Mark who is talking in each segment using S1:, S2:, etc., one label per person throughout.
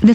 S1: The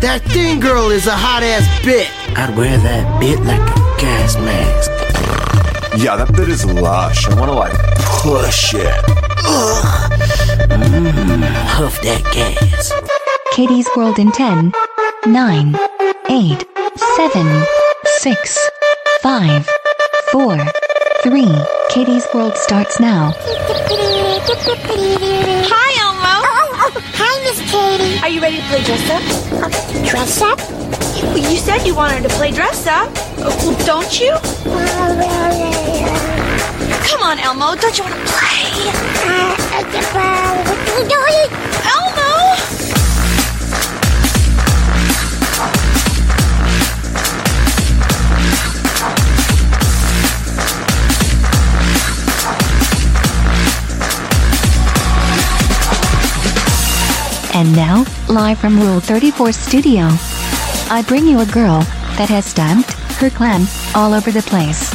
S2: That thing girl is a hot ass bit. I'd wear that bit like a gas mask.
S3: Yeah, that bit is lush. I want to like push it.
S2: Huff that gas.
S1: Katie's World in 10, 9, 8, 7, 6, 5, 4, 3. Katie's World starts now.
S4: Hi, Elmo. Hi, Miss Katie. Are you ready to play dress up? Dress up? You, you said you wanted to play dress up. Uh, Well, don't you? Come on, Elmo. Don't you want to play? Elmo!
S1: And now, live from Rule 34 Studio, I bring you a girl that has stamped her clam all over the place.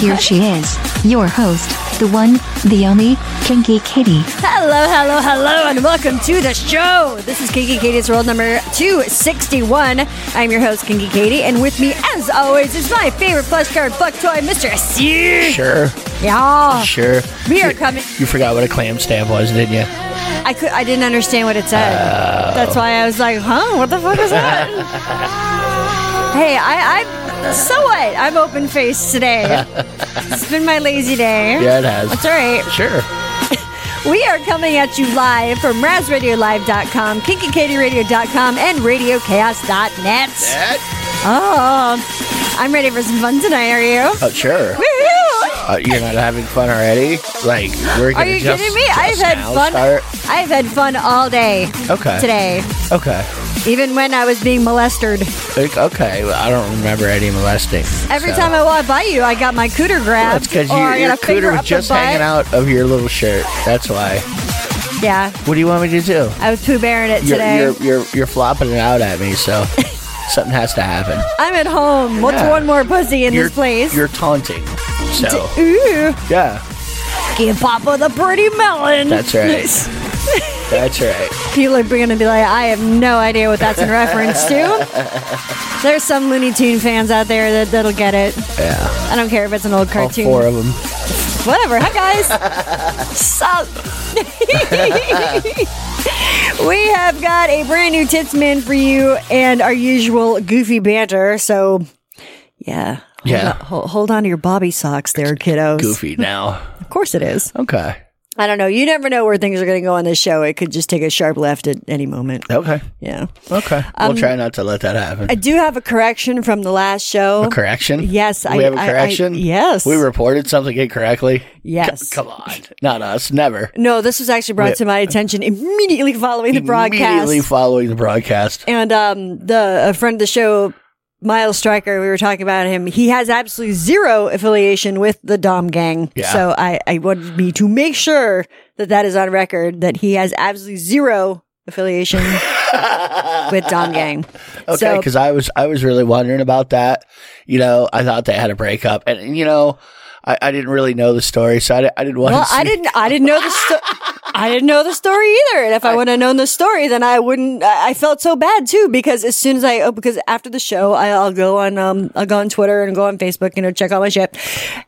S1: Here she is, your host, the one, the only, Kinky Katie.
S5: Hello, hello, hello, and welcome to the show. This is Kinky Katie's World number 261. I'm your host, Kinky Katie, and with me, as always, is my favorite plush card fuck toy, Mr. Asir.
S6: Sure,
S5: Yeah.
S6: sure.
S5: We are coming.
S6: You forgot what a clam stab was, didn't you?
S5: I could. I didn't understand what it said. That's why I was like, "Huh? What the fuck is that?" hey, I, I. So what? I'm open faced today. it's been my lazy day.
S6: Yeah, it has.
S5: That's all right.
S6: Sure.
S5: We are coming at you live from RazRadioLive.com, KinkyKatieRadio.com, and RadioChaos.net.
S6: That?
S5: Oh, I'm ready for some fun tonight. Are you?
S6: Oh, sure.
S5: Woohoo!
S6: Uh, you're not having fun already? Like, we're
S5: Are
S6: gonna
S5: you
S6: just,
S5: kidding me?
S6: just
S5: I've had
S6: now
S5: fun.
S6: Start?
S5: I've had fun all day
S6: Okay.
S5: today,
S6: Okay.
S5: even when I was being molested.
S6: Like, okay. Well, I don't remember any molesting.
S5: Every
S6: so.
S5: time I walk by you, I got my cooter
S6: Well,
S5: grabbed.
S6: That's because
S5: or I got
S6: your
S5: a finger
S6: cooter was
S5: up the
S6: just hanging
S5: butt.
S6: out of your little shirt. That's why.
S5: Yeah,
S6: What do you want me to do?
S5: I was poo bearing it
S6: You're,
S5: today.
S6: you're, you're, you're flopping it out at me, so something has to happen.
S5: I'm at home. What's
S6: Yeah.
S5: one more pussy in
S6: you're,
S5: this place?
S6: You're taunting. So,
S5: Ooh,
S6: yeah.
S5: give Papa the pretty melon.
S6: That's right. That's right.
S5: People are gonna be like, I have no idea what that's in reference to. There's some Looney Tune fans out there that, that'll get it.
S6: Yeah.
S5: I don't care if it's an old
S6: All
S5: cartoon.
S6: four of them.
S5: whatever. Hi guys. Sup? we have got a brand new tits man for you and our usual goofy banter. So yeah. Hold
S6: Yeah.
S5: on- Hold, hold on to your bobby socks there, kiddos.
S6: Goofy now.
S5: Of course it is.
S6: Okay.
S5: I don't know. You never know where things are going to go on this show. It could just take a sharp left at any moment.
S6: Okay.
S5: Yeah.
S6: Okay. we'll try not to let that happen.
S5: Um, I do have a correction from the last show.
S6: a correction?
S5: yes,
S6: We
S5: I-
S6: have a
S5: I- I-
S6: correction?
S5: yes.
S6: We reported something incorrectly?
S5: Yes.
S6: C- come on. Not us. Never.
S5: No, this was actually brought
S6: Wait.
S5: to my attention immediately following the broadcast.
S6: Immediately following the broadcast.
S5: And um, the a friend of the show, Miles Stryker, we were talking about him. He has absolutely zero affiliation with the Dom Gang.
S6: Yeah.
S5: So I, I wanted me to make sure that that is on record that he has absolutely zero affiliation with Dom Gang.
S6: Okay,
S5: So-
S6: because I was I was really wondering about that. You know, I thought they had a breakup, and, and, you know, I, I didn't really know the story, so I, di- I didn't want
S5: Well,
S6: to.
S5: I didn't. I didn't know the. Sto- I didn't know the story either. And if I, would have known the story, then I wouldn't. I I felt so bad too because as soon as I oh, because after the show, I, I'll go on. Um, I'll go on Twitter and go on Facebook. You know, check out my shit.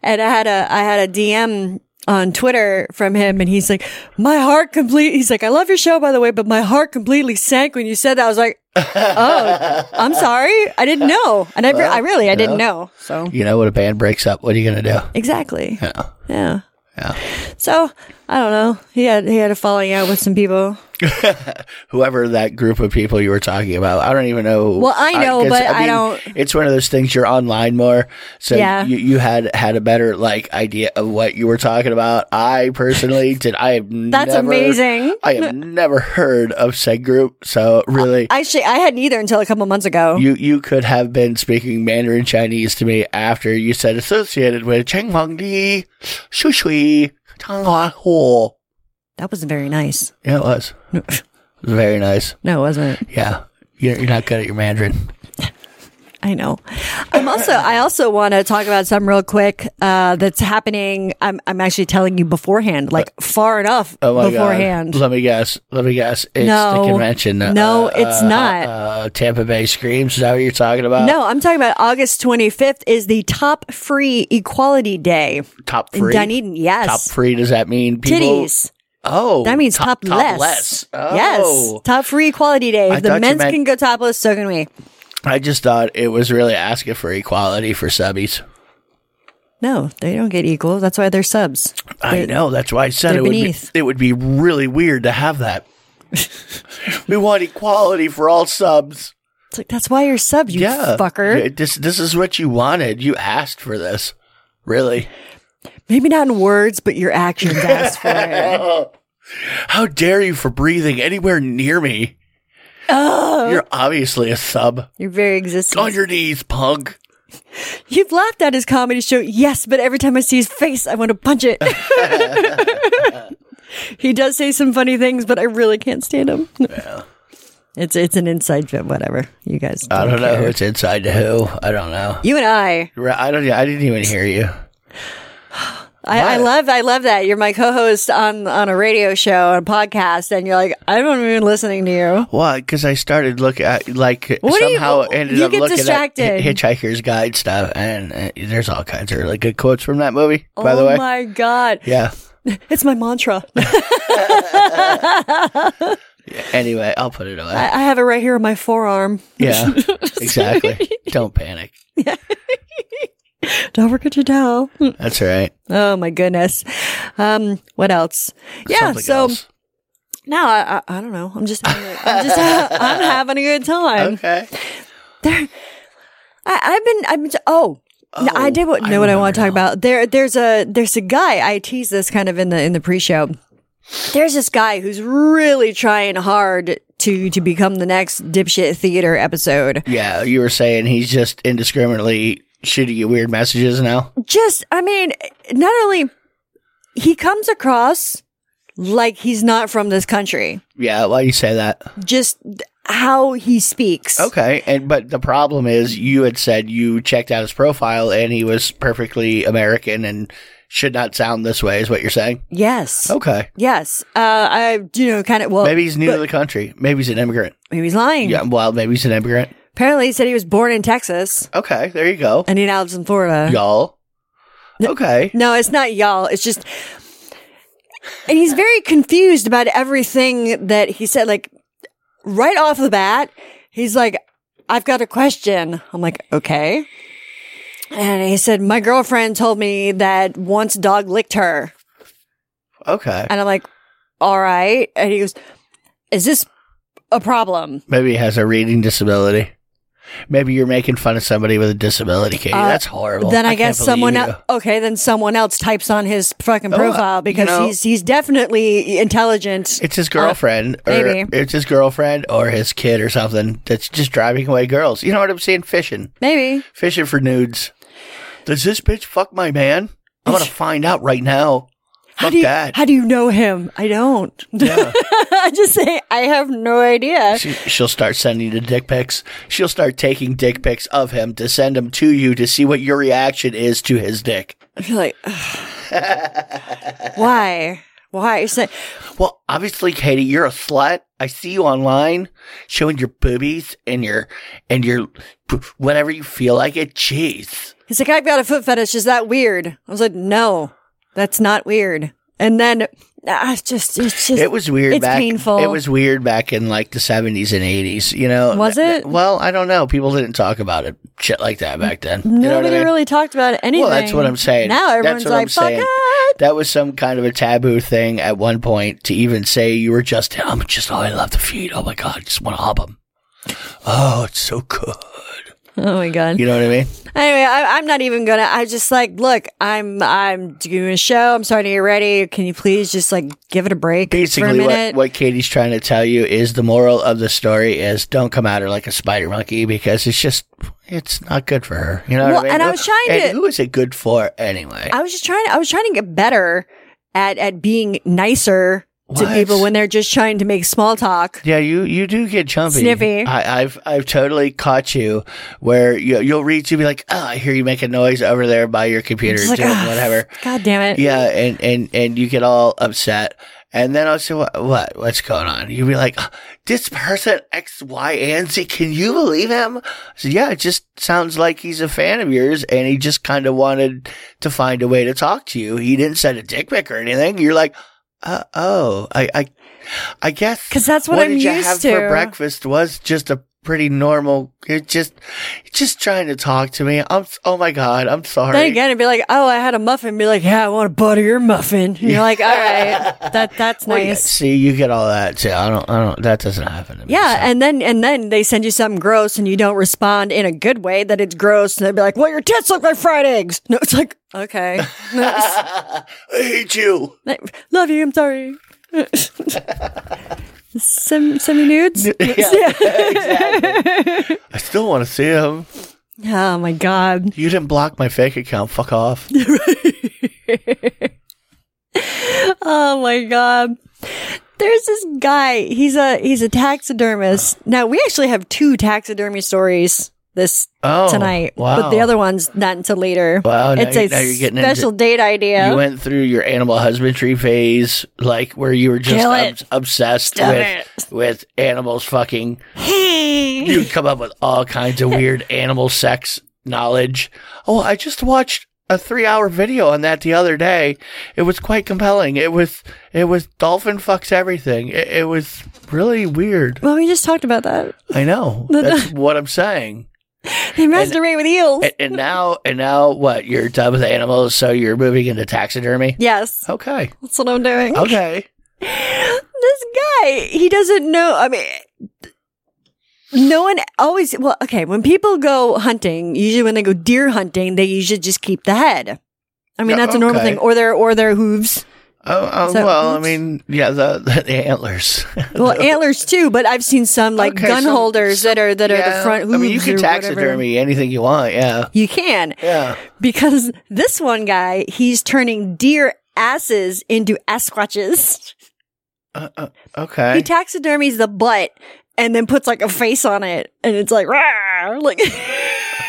S5: And I had a. I had a DM on Twitter from him, and he's like, "My heart complete." He's like, "I love your show, by the way, but my heart completely sank when you said that." I was like, "Oh, I'm sorry. I didn't know." And I, re- I really, I didn't know. So
S6: You know, when a band breaks up, what are you going to do?
S5: Exactly. Yeah. Yeah.
S6: Yeah.
S5: So I don't know. He had he had a falling out with some people.
S6: Whoever that group of people you were talking about, I don't even know.
S5: Well, I know,
S6: 'cause,
S5: but I don't-
S6: It's one of those things you're online more, so
S5: Yeah.
S6: you, you had had a better like idea of what you were talking about. I personally did. I have
S5: That's
S6: never-
S5: amazing.
S6: I have never heard of said group, so really,
S5: Actually, I hadn't either until a couple months ago.
S6: you you could have been speaking Mandarin Chinese to me after you said associated with Cheng Feng Di, Shu Shui, Tang Hua Hu.
S5: that wasn't very nice.
S6: Yeah, it was. It was very nice.
S5: No, it wasn't.
S6: Yeah. You're, you're not good at your Mandarin.
S5: I know. I'm also. I also want to talk about something real quick uh, that's happening. I'm. I'm actually telling you beforehand, like far enough
S6: Uh, Oh my
S5: beforehand.
S6: God. Let me guess. Let me guess. It's
S5: No.
S6: the convention.
S5: No, it's not.
S6: Uh, Tampa Bay Screams. Is that what you're talking about?
S5: No, I'm talking about August 25th is the Top Free Equality Day.
S6: Top
S5: In
S6: free.
S5: Dunedin, yes.
S6: Top free. Does that mean people?
S5: Titties.
S6: Oh.
S5: That means top, less.
S6: Oh.
S5: Yes. Top free equality day.
S6: I
S5: If the
S6: thought you
S5: men's
S6: meant-
S5: can go topless, so can we.
S6: I just thought it was really asking for equality for subbies.
S5: No, they don't get equal. That's why they're subs.
S6: I know. That's why I said
S5: they're
S6: it would, be,
S5: beneath.
S6: it would be really weird to have that. we want equality for all subs.
S5: It's like that's why you're sub, you fucker.
S6: Yeah, This this is what you wanted. You asked for this. Really?
S5: Maybe not in words, but your actions asked for it.
S6: How dare you for breathing anywhere near me?
S5: Oh.
S6: You're obviously a sub.
S5: Your very existence.
S6: On your knees, punk.
S5: You've laughed at his comedy show, yes, but every time I see his face, I want to punch it. he does say some funny things, but I really can't stand him. It's it's an inside joke, whatever. You guys,
S6: I don't know
S5: care.
S6: who it's inside to who. I don't know.
S5: You and I.
S6: Right, I don't. I didn't even hear you.
S5: I, I
S6: What?
S5: love I love that you're my co-host on on a radio show and podcast, and you're like I'm not even listening to you.
S6: Why? Because I started look at like
S5: What do you-
S6: somehow ended
S5: you
S6: up
S5: get
S6: looking
S5: distracted.
S6: at Hi- Hitchhiker's Guide stuff, and uh, there's all kinds of really good quotes from that movie. By
S5: oh
S6: the way,
S5: my god,
S6: yeah.
S5: it's my mantra. I,
S6: Anyway, I'll put it away.
S5: I have it right here on my forearm.
S6: Yeah, exactly. Don't panic.
S5: Don't forget to tell.
S6: That's all right.
S5: Oh my goodness. Um, what else? Yeah.
S6: Something
S5: so
S6: else.
S5: no, I, I I don't know. I'm just having a, I'm just I'm having a good time.
S6: okay.
S5: I, I've been I've been oh. no, I did what,
S6: I
S5: know what I
S6: remember
S5: want to talk
S6: now.
S5: about. There, there's a there's a guy. I tease this kind of in the in the pre-show. There's this guy who's really trying hard to to become the next dipshit theater episode.
S6: Yeah, you were saying he's just indiscriminately shooting you weird messages now.
S5: just i mean not only he comes across like he's not from this country
S6: Yeah, why you say that?
S5: just how he speaks
S6: Okay, and but the problem is you had said you checked out his profile and he was perfectly American and should not sound this way. Is what you're saying?
S5: yes
S6: Okay,
S5: yes uh i you know kind of well
S6: maybe he's new to the country. Maybe he's an immigrant.
S5: maybe he's lying
S6: Yeah, well, maybe he's an immigrant.
S5: apparently he said he was born in texas
S6: Okay, there you go,
S5: and he now lives in florida
S6: y'all. Okay,
S5: no it's not y'all it's just and he's very confused about everything that he said like right off the bat he's like i've got a question i'm like okay And he said, My girlfriend told me that once a dog licked her.
S6: okay.
S5: And I'm like, All right. And he goes, Is this a problem?
S6: Maybe he has a reading disability. Maybe you're making fun of somebody with a disability, Katie. That's horrible.
S5: Uh, then I,
S6: can't
S5: guess
S6: believe
S5: someone
S6: you.
S5: else. Okay, then someone else types on his fucking
S6: Oh, uh,
S5: profile
S6: you
S5: because
S6: know-
S5: he's he's definitely intelligent. Uh,
S6: It's his girlfriend, or
S5: maybe.
S6: it's his girlfriend, or his kid, or something that's just driving away girls. You know what I'm saying? Fishing,
S5: Maybe.
S6: fishing for nudes. Does this bitch fuck my man? I'm gonna find out right now.
S5: How
S6: Fuck
S5: do you,
S6: that.
S5: how do you know him? I don't. I just say I have no idea.
S6: She, she'll start sending you dick pics. She'll start taking dick pics of him to send them to you to see what your reaction is to his dick.
S5: I'm like, why? Why? It's like,
S6: Well, obviously, Katie, you're a slut. I see you online showing your boobies and your and your whatever you feel like it. Jeez.
S5: He's like, I've got a foot fetish. Is that weird? I was like, no, that's not weird. And then I just, it's just,
S6: It was weird.
S5: It's
S6: back,
S5: painful.
S6: It was weird back in like the seventies and eighties. You know,
S5: Was
S6: Th-
S5: it?
S6: Well, I don't know. People didn't talk about it, shit like that back then. you know
S5: Nobody
S6: what I mean?
S5: really talked about anything.
S6: Well, that's what I'm saying.
S5: Now
S6: That's
S5: everyone's
S6: what I'm
S5: like, fuck
S6: saying.
S5: it.
S6: that was some kind of a taboo thing at one point to even say you were just, I'm just, oh, I love the feet. Oh my God, I just want to hop them. Oh, it's so good.
S5: Oh my god.
S6: You know what I mean?
S5: Anyway, I, I'm not even gonna. I just like, look, I'm I'm doing a show. I'm starting to get ready. Can you please just like give it a break for a
S6: Basically, what,
S5: minute?
S6: what Katie's trying to tell you is the moral of the story is don't come at her like a spider monkey because it's just, it's not good for her. You know what
S5: Well,
S6: I mean?
S5: and I was trying
S6: And
S5: to-
S6: who is it good for anyway?
S5: I was just trying. I was trying to get better at at being nicer to
S6: What?
S5: people when they're just trying to make small talk.
S6: Yeah, you you do get chumpy.
S5: Sniffy.
S6: I, I've I've totally caught you where you you'll read you'll be like, oh, I hear you make a noise over there by your computer,
S5: Just like,
S6: doing
S5: "Ah,
S6: whatever.
S5: God damn it.
S6: Yeah, and and and you get all upset, and then I'll say, what what what's going on? You'll be like, this person X Y and Z. Can you believe him? I said, yeah, it just sounds like he's a fan of yours, and he just kind of wanted to find a way to talk to you. He didn't send a dick pic or anything. You're like. Uh oh, I, I, I guess
S5: 'Cause that's what I'm
S6: did you
S5: used
S6: have
S5: to.
S6: for breakfast was just a pretty normal. It just, just trying to talk to me. I'm. s- Oh my god, I'm sorry.
S5: Then again, it'd be like, oh, I had a muffin. Be like, yeah, I want to butter your muffin. And you're like, all right, that that's
S6: Well, yeah,
S5: nice.
S6: see, you get all that too. I don't. I don't. That doesn't happen. To me,
S5: Yeah,
S6: so.
S5: and then and then they send you something gross, and you don't respond in a good way. That it's gross, and they'd be like, "Well, your tits look like fried eggs." No, it's like, okay,
S6: I hate you.
S5: love you. I'm sorry. send send me nudes.
S6: I still want to see him.
S5: Oh my god.
S6: You didn't block my fake account. Fuck off.
S5: Oh my god. There's this guy. He's a he's a taxidermist. Now we actually have two taxidermy stories this
S6: Oh,
S5: tonight,
S6: wow.
S5: but the other one's not until later.
S6: Wow, now
S5: it's
S6: you-
S5: a
S6: now you're getting into-
S5: special date idea.
S6: You went through your animal husbandry phase, like where you were just
S5: Kill
S6: obs-
S5: it.
S6: obsessed
S5: Stop
S6: with with animals. Fucking, you would come up with all kinds of weird animal sex knowledge. Oh, I just watched a three hour video on that the other day. It was quite compelling. It was it was dolphin fucks everything. It, it was really weird.
S5: well, we just talked about that.
S6: I know. That's what I'm saying.
S5: They masturbate with eels.
S6: And, and now and now what? You're done with animals, so you're moving into taxidermy.
S5: yes,
S6: Okay.
S5: that's what I'm doing.
S6: Okay.
S5: this guy, he doesn't know. I mean, no one always. Well, okay, when people go hunting, usually when they go deer hunting, they usually just keep the head. I mean,
S6: Yeah,
S5: that's a normal
S6: okay.
S5: thing, or their or their hooves.
S6: Oh, oh
S5: So-
S6: well, I mean, yeah, the the, the antlers.
S5: Well, antlers too, but I've seen some like
S6: Okay,
S5: gun
S6: some-
S5: holders that are that are the
S6: Yeah,
S5: front hooves.
S6: I mean, you can
S5: or whatever.
S6: taxidermy anything you want. Yeah,
S5: You can
S6: yeah.
S5: because this one guy, he's turning deer asses into asquatches.
S6: Okay.
S5: He taxidermies the butt and then puts like a face on it, and it's like, "Rawr," like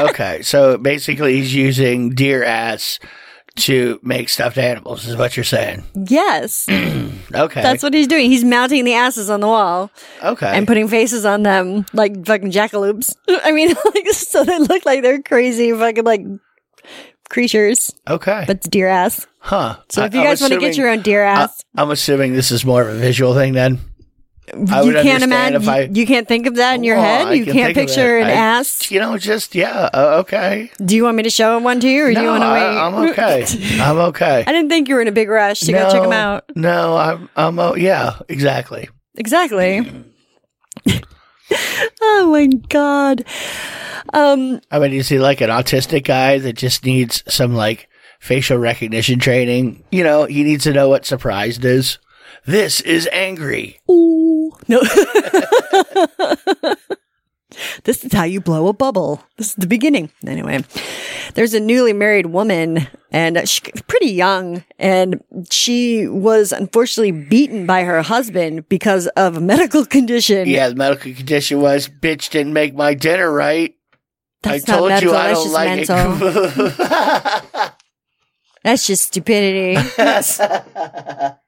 S6: okay. So basically, he's using deer ass to make stuffed animals. Is what you're saying?
S5: yes,
S6: Okay.
S5: that's what he's doing. He's mounting the asses on the wall
S6: okay.
S5: and putting faces on them, like fucking jackalopes. I mean, like so they look like they're crazy fucking like creatures,
S6: okay.
S5: but it's deer ass.
S6: huh.
S5: So if
S6: I-
S5: you
S6: I'm
S5: guys want to get
S6: assuming-
S5: your own deer
S6: I,
S5: ass,
S6: I'm assuming this is more of a visual thing then. I
S5: you
S6: would
S5: can't
S6: understand
S5: imagine.
S6: if I-
S5: you, you can't think of that in your
S6: Oh,
S5: head.
S6: I
S5: You
S6: can
S5: can't
S6: think of
S5: picture
S6: it.
S5: an
S6: I-
S5: ass.
S6: You know, just yeah. Uh, okay.
S5: Do you want me to show him one to you, or do you
S6: No,
S5: want to wait?
S6: I, I'm okay. I'm okay.
S5: I didn't think you were in a big rush to go check him out.
S6: No, I'm, I'm, oh, yeah, exactly.
S5: Exactly. oh my god. Um
S6: I mean, is he like an autistic guy that just needs some like facial recognition training? You know, he needs to know what surprised is. This is angry.
S5: ooh. no. this is how you blow a bubble. This is the beginning. Anyway, there's a newly married woman and she's pretty young and she was unfortunately beaten by her husband because of a medical condition.
S6: Yeah, the medical condition was bitch didn't make my dinner right.
S5: That's
S6: I
S5: not
S6: told
S5: medical,
S6: you I
S5: that's
S6: don't
S5: just
S6: like
S5: mental. That's just stupidity. That's that's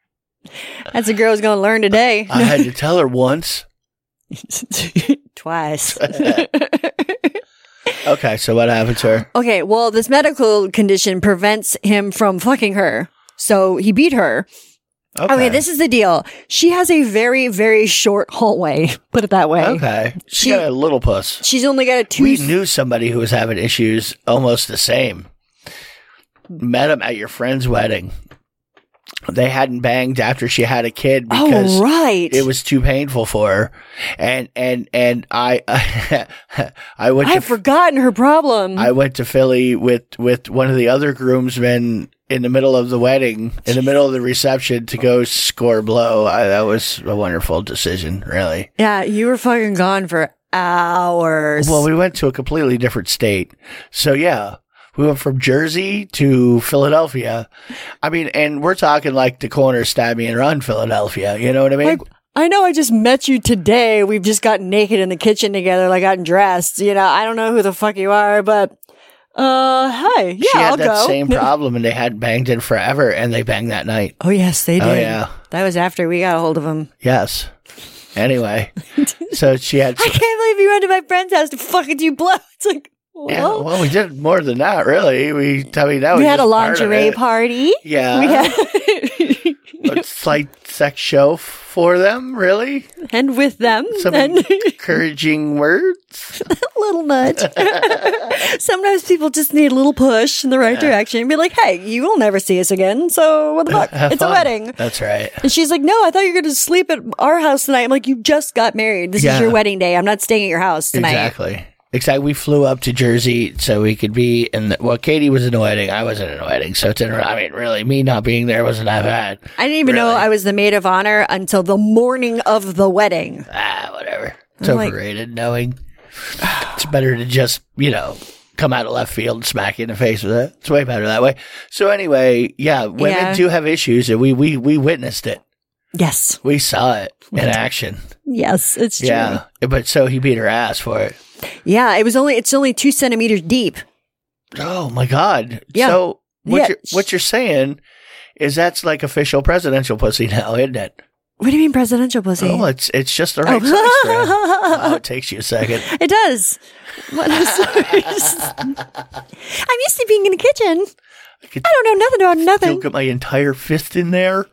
S5: a girl who's gonna learn today.
S6: I had to tell her once.
S5: Twice.
S6: Okay, so what happened to her?
S5: Okay, well, this medical condition prevents him from fucking her. So he beat her.
S6: Okay,
S5: Okay, this is the deal. She has a very, very short hallway, put it that way.
S6: okay. she
S5: She-
S6: got a little puss.
S5: She's only got a two.
S6: we knew somebody who was having issues almost the same. met him at your friend's wedding. They hadn't banged after she had a kid because
S5: Oh, right.
S6: it was too painful for her. And and and I I went
S5: I've
S6: to
S5: forgotten her problem.
S6: I went to Philly with with one of the other groomsmen in the middle of the wedding, in the middle of the reception to go score blow. I, that was a wonderful decision, really.
S5: yeah, you were fucking gone for hours.
S6: Well, we went to a completely different state. So yeah, we went from Jersey to Philadelphia. I mean, and we're talking like the corner stab me and run Philadelphia. You know what I mean?
S5: like, I know I just met you today. We've just gotten naked in the kitchen together, like gotten dressed. You know, I don't know who the fuck you are, but uh, hi, yeah,
S6: she had
S5: I'll
S6: that
S5: go.
S6: same problem and they hadn't banged in forever and they banged that night.
S5: Oh yes, they did.
S6: Oh, yeah.
S5: that was after we got a hold of him.
S6: Yes. Anyway, so she had.
S5: I can't believe you went to my friend's house to fucking do blow. It's like, well,
S6: Yeah, well, we did more than that, really. We, I mean, that was
S5: we had a
S6: just part of
S5: lingerie
S6: it.
S5: party.
S6: Yeah,
S5: We had,
S6: a slight sex show f- for them, really.
S5: and with them,
S6: Some
S5: and
S6: encouraging words.
S5: little nudge. Sometimes people just need a little push in the right direction and be like, hey, you will never see us again. So what the fuck?
S6: Have
S5: it's
S6: fun.
S5: a wedding.
S6: That's right.
S5: And she's like, no, I thought you were going to sleep at our house tonight. I'm like, you just got married. This
S6: Yeah.
S5: is your wedding day. I'm not staying at your house tonight.
S6: Exactly. Exactly. We flew up to Jersey so we could be in. The, well, Katie was in a wedding. I wasn't in a wedding, so it didn't. I mean, really, me not being there wasn't that bad.
S5: I didn't even know
S6: Really?
S5: I was the maid of honor until the morning of the wedding.
S6: Ah, whatever. It's
S5: I'm like-
S6: overrated. knowing it's better to just you know come out of left field and smack you in the face with it. It's way better that way. So anyway, yeah, women
S5: Yeah.
S6: do have issues, and we we we witnessed it.
S5: Yes.
S6: We saw it in action.
S5: Yes. It's true.
S6: Yeah, but so he beat her ass for it.
S5: Yeah, it was only it's only two centimeters deep.
S6: Oh my god.
S5: Yeah.
S6: So what
S5: Yeah.
S6: you're what you're saying is that's like official presidential pussy now, isn't it?
S5: What do you mean presidential pussy?
S6: Oh, it's it's just the right
S5: Oh.
S6: size. for him. Oh, it takes you a second.
S5: it does. What I'm, sorry. I'm used to being in the kitchen.
S6: could
S5: I don't know nothing about
S6: Still
S5: nothing.
S6: get my entire fist in there.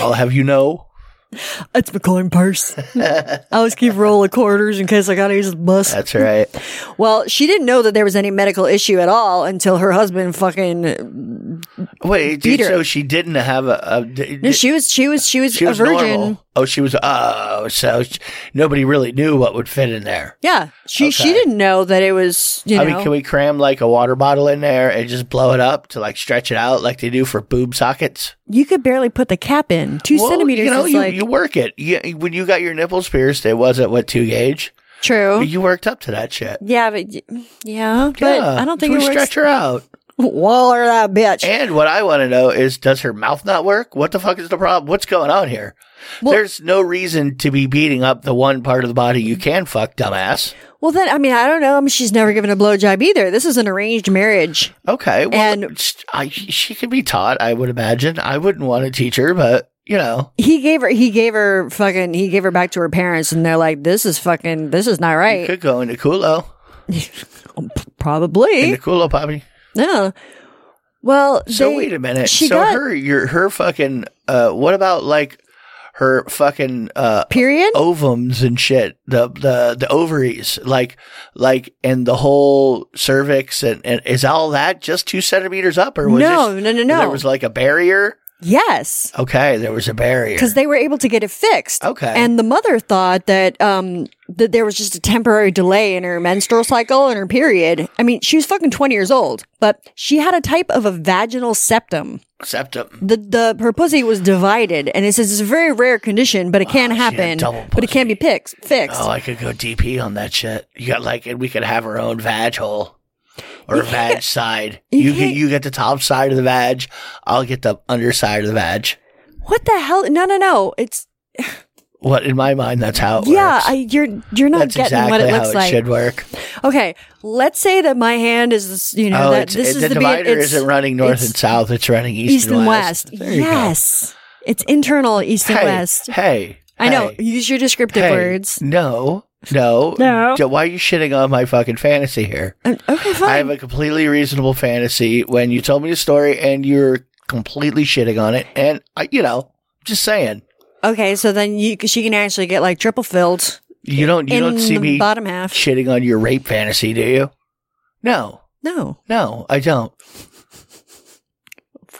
S6: I'll have you know.
S5: That's my coin purse. I always keep a roll of quarters in case I gotta use the bus.
S6: That's right.
S5: Well, she didn't know that there was any medical issue at all until her husband fucking.
S6: Wait,
S5: Beat her.
S6: so she didn't have a. a d-
S5: No, she was she was she was
S6: she
S5: a
S6: was
S5: virgin.
S6: normal. Oh, she was. Oh, so sh nobody really knew what would fit in there.
S5: Yeah, she she
S6: Okay.
S5: didn't know that it was you
S6: I
S5: know.
S6: mean, can we cram like a water bottle in there and just blow it up to like stretch it out like they do for boob sockets?
S5: you could barely put the cap in two
S6: Well,
S5: centimeters.
S6: You know,
S5: is
S6: you,
S5: like
S6: you work it. You, when you got your nipples pierced, it wasn't what two gauge.
S5: true.
S6: You worked up to that shit.
S5: Yeah, but y- yeah, Oh. but
S6: Yeah,
S5: I don't think
S6: so
S5: it
S6: we
S5: works.
S6: stretch her out.
S5: Wall her that bitch.
S6: And what I want to know is, does her mouth not work? What the fuck is the problem? What's going on here? There's no reason to be beating up the one part of the body you can fuck, dumbass.
S5: well, then I mean I don't know. I mean, she's never given a blowjob either. This is an arranged marriage.
S6: Okay, well,
S5: And-
S6: sh- I, she can be taught, I would imagine. I wouldn't want to teach her, but you know,
S5: He gave her he gave her fucking he gave her back to her parents, and they're like, this is fucking this is not
S6: you
S5: right.
S6: could go into culo,
S5: Probably
S6: into culo, poppy.
S5: no. Well,
S6: So
S5: they-
S6: wait a minute.
S5: She
S6: so
S5: got
S6: her, your her fucking, uh, what about like her fucking uh,
S5: period.
S6: ovums and shit, the the the ovaries, like like and the whole cervix and, and is all that just two centimeters up or was
S5: No,
S6: this-
S5: no, no, no.
S6: There was like a barrier.
S5: Yes.
S6: Okay, there was a barrier.
S5: because they were able to get it fixed.
S6: Oh, Okay.
S5: And the mother thought that um that there was just a temporary delay in her menstrual cycle and her period. I mean, she was fucking twenty years old, but she had a type of a vaginal septum.
S6: septum.
S5: The the her pussy was divided, and it says it's a very rare condition, but it can
S6: she had
S5: happen.
S6: double
S5: But it can be fixed. Fixed.
S6: Oh, I could go DP on that shit. You got like, and we could have our own vag hole or vag side.
S5: you
S6: You get
S5: can't-
S6: you get the top side of the vag. I'll get the underside of the vag.
S5: What the hell? No, no, no. It's
S6: What in my mind, that's how it
S5: yeah.
S6: works.
S5: I, you're you're not
S6: that's
S5: getting
S6: exactly
S5: what it
S6: how
S5: looks
S6: it
S5: like.
S6: should work.
S5: Okay, let's say that my hand is this- you know
S6: oh,
S5: that
S6: it's,
S5: this
S6: it-
S5: is
S6: the,
S5: the, be-
S6: divider
S5: it's-
S6: isn't running north
S5: it's-
S6: and south. It's running east,
S5: East and West.
S6: There you go.
S5: Yes. It's internal East and
S6: Hey,
S5: West.
S6: Hey,
S5: I know.
S6: hey,
S5: Use your descriptive
S6: hey.
S5: words.
S6: No, no,
S5: No.
S6: D- Why are you shitting on my fucking fantasy here?
S5: Um, Okay,
S6: I
S5: fine.
S6: have a completely reasonable fantasy. When you told me the story, and you're completely shitting on it, and I, you know, just saying,
S5: okay, so then you she can actually get like triple filled
S6: you don't, you
S5: in
S6: don't see
S5: the
S6: me
S5: bottom half.
S6: shitting on your rape fantasy, do you? No,
S5: No.
S6: no, I don't.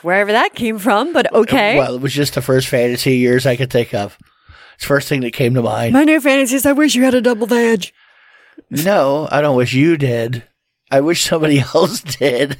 S5: wherever that came from, but okay.
S6: Well, it was just the first fantasy years I could think of. It's the first thing that came to mind.
S5: My new fantasy is I wish you had a double edge.
S6: no, I don't wish you did. I wish somebody else did.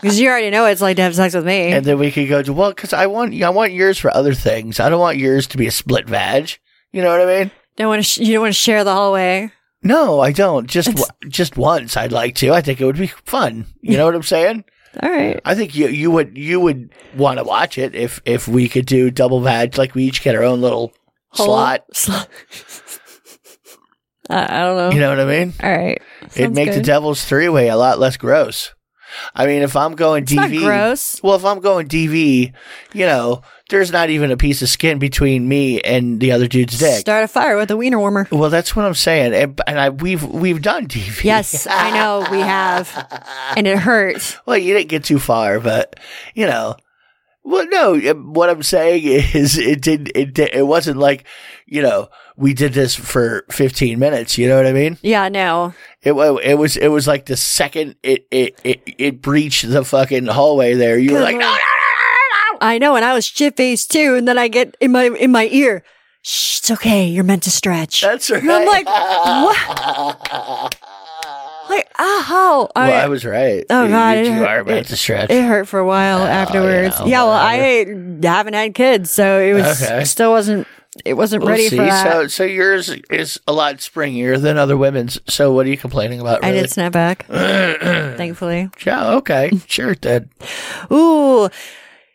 S5: Because you already know what it's like to have sex with me.
S6: and then we could go to well, because I want I want yours for other things. I don't want yours to be a split vag. You know what I mean?
S5: don't want to sh- you don't want to share the hallway.
S6: No, I don't. Just w- just once, I'd like to. I think it would be fun. You know what I'm saying?
S5: All right.
S6: I think you you would you would want to watch it if if we could do double vag, like we each get our own little
S5: Hole-
S6: slot.
S5: Slot. I, I don't know.
S6: You know what I mean?
S5: All right.
S6: It'd
S5: Sounds
S6: make the
S5: good.
S6: devil's three way a lot less gross. I mean, if I'm going DV,
S5: not gross.
S6: Well, if I'm going DV, you know, there's not even a piece of skin between me and the other dude's dick.
S5: Start a fire with a wiener warmer.
S6: well, that's what I'm saying, and, and I we've we've done DV.
S5: Yes, I know we have, and it hurt.
S6: Well, you didn't get too far, but you know. Well, no. uh, What I'm saying is, it did. It did, It wasn't like, you know, we did this for 15 minutes. You know what I mean?
S5: Yeah, no.
S6: It wa- it was it was like the second it it it, it breached the fucking hallway there. You were like, no,
S5: I know, and I was shit faced too, and then I get in my in my ear. Shh, it's okay. You're meant to stretch.
S6: that's right.
S5: And I'm like, what? like, ah, how? I-
S6: well, I was right.
S5: Oh,
S6: you,
S5: God,
S6: you
S5: it
S6: are
S5: hurt.
S6: about to stretch. Oh,
S5: it hurt for a while afterwards.
S6: yeah,
S5: Yeah, well, I haven't had kids, so it was
S6: Okay.
S5: still wasn't it wasn't
S6: We'll
S5: ready
S6: see.
S5: for that.
S6: So so yours is a lot springier than other women's. So what are you complaining about?
S5: I
S6: Really?
S5: did snap back, thankfully.
S6: Yeah, okay, sure, Dad.
S5: Ooh,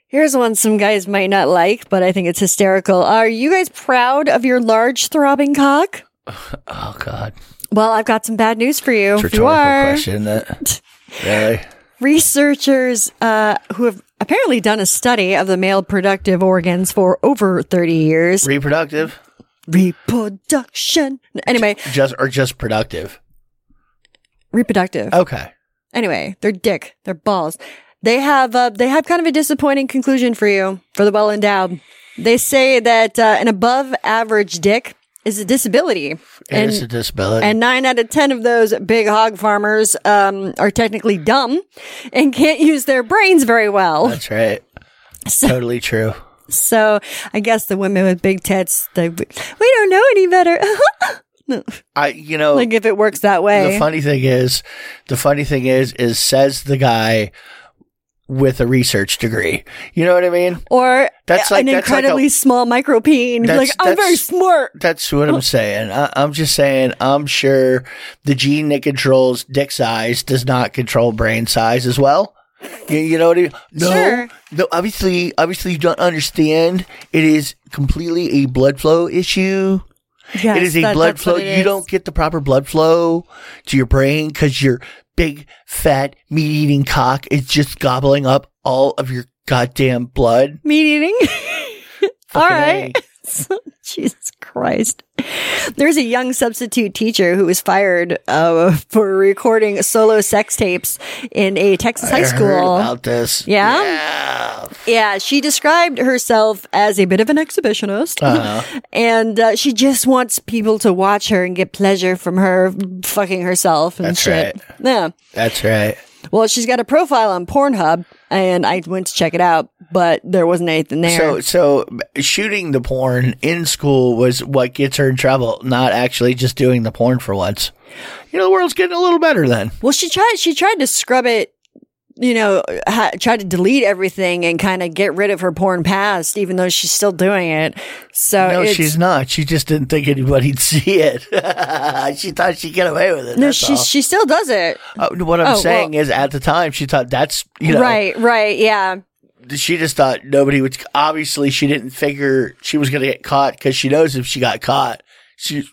S5: here's one some guys might not like, but I think it's hysterical. Are you guys proud of your large throbbing cock?
S6: Oh God,
S5: Well, I've got some bad news for you.
S6: it's a
S5: If you
S6: rhetorical
S5: are,
S6: question. isn't it? really?
S5: researchers uh, who have apparently done a study of the male productive organs for over 30 years.
S6: Reproductive,
S5: Reproduction. Anyway,
S6: just or just productive?
S5: reproductive.
S6: Okay.
S5: Anyway, their dick, their balls. They have uh, they have kind of a disappointing conclusion for you for the well endowed. They say that uh, an above average dick is a disability,
S6: It
S5: and
S6: is a disability.
S5: and nine out of ten of those big hog farmers um, are technically dumb and can't use their brains very well.
S6: that's right. totally true.
S5: So I guess the women with big tits, they we don't know any better.
S6: I, you know,
S5: like if it works that
S6: The
S5: way,
S6: funny thing is, the funny thing is, is says the guy with a research degree. You know what I mean?
S5: or
S6: That's like- that's like
S5: an
S6: a-
S5: incredibly small micro peen.
S6: That's-
S5: Like I'm
S6: that's-
S5: very smart.
S6: That's what I'm saying. I, I'm just saying. I'm sure the gene that controls dick size does not control brain size as well. You, you know what I mean? No,
S5: Sure.
S6: no. Obviously, obviously, you don't understand. It is completely a blood flow issue.
S5: Yes,
S6: it is a
S5: that-
S6: blood
S5: that's what
S6: flow.
S5: it
S6: You
S5: is.
S6: don't get the proper blood flow to your brain because your big, fat, meat eating cock is just gobbling up all of your goddamn blood.
S5: meat eating. All
S6: Fucking
S5: right. Jesus Christ. There's a young substitute teacher who was fired uh, for recording solo sex tapes in a Texas
S6: I
S5: high
S6: heard
S5: school.
S6: about this.
S5: Yeah?
S6: Yeah.
S5: Yeah, she described herself as a bit of an exhibitionist.
S6: Uh-huh.
S5: and uh, she just wants people to watch her and get pleasure from her fucking herself and
S6: That's
S5: shit.
S6: right.
S5: Yeah.
S6: That's right.
S5: Well, she's got a profile on Pornhub and I went to check it out, but there wasn't anything there.
S6: So, so shooting the porn in school was what gets her in trouble, not actually just doing the porn for once. You know, the world's getting a little better then.
S5: well, she tried she tried to scrub it, you know, ha- tried to delete everything and kind of get rid of her porn past even though she's still doing it. So
S6: No,
S5: Oh, it's-
S6: she's not. She just didn't think anybody'd see it. she thought she'd get away with it.
S5: no,
S6: that's
S5: she
S6: all.
S5: she still does it.
S6: Uh, what I'm
S5: Oh,
S6: saying is, at the time, she thought that's you know,
S5: Right, right, yeah.
S6: She just thought nobody would. Obviously, she didn't figure she was going to get caught because she knows if she got caught, she's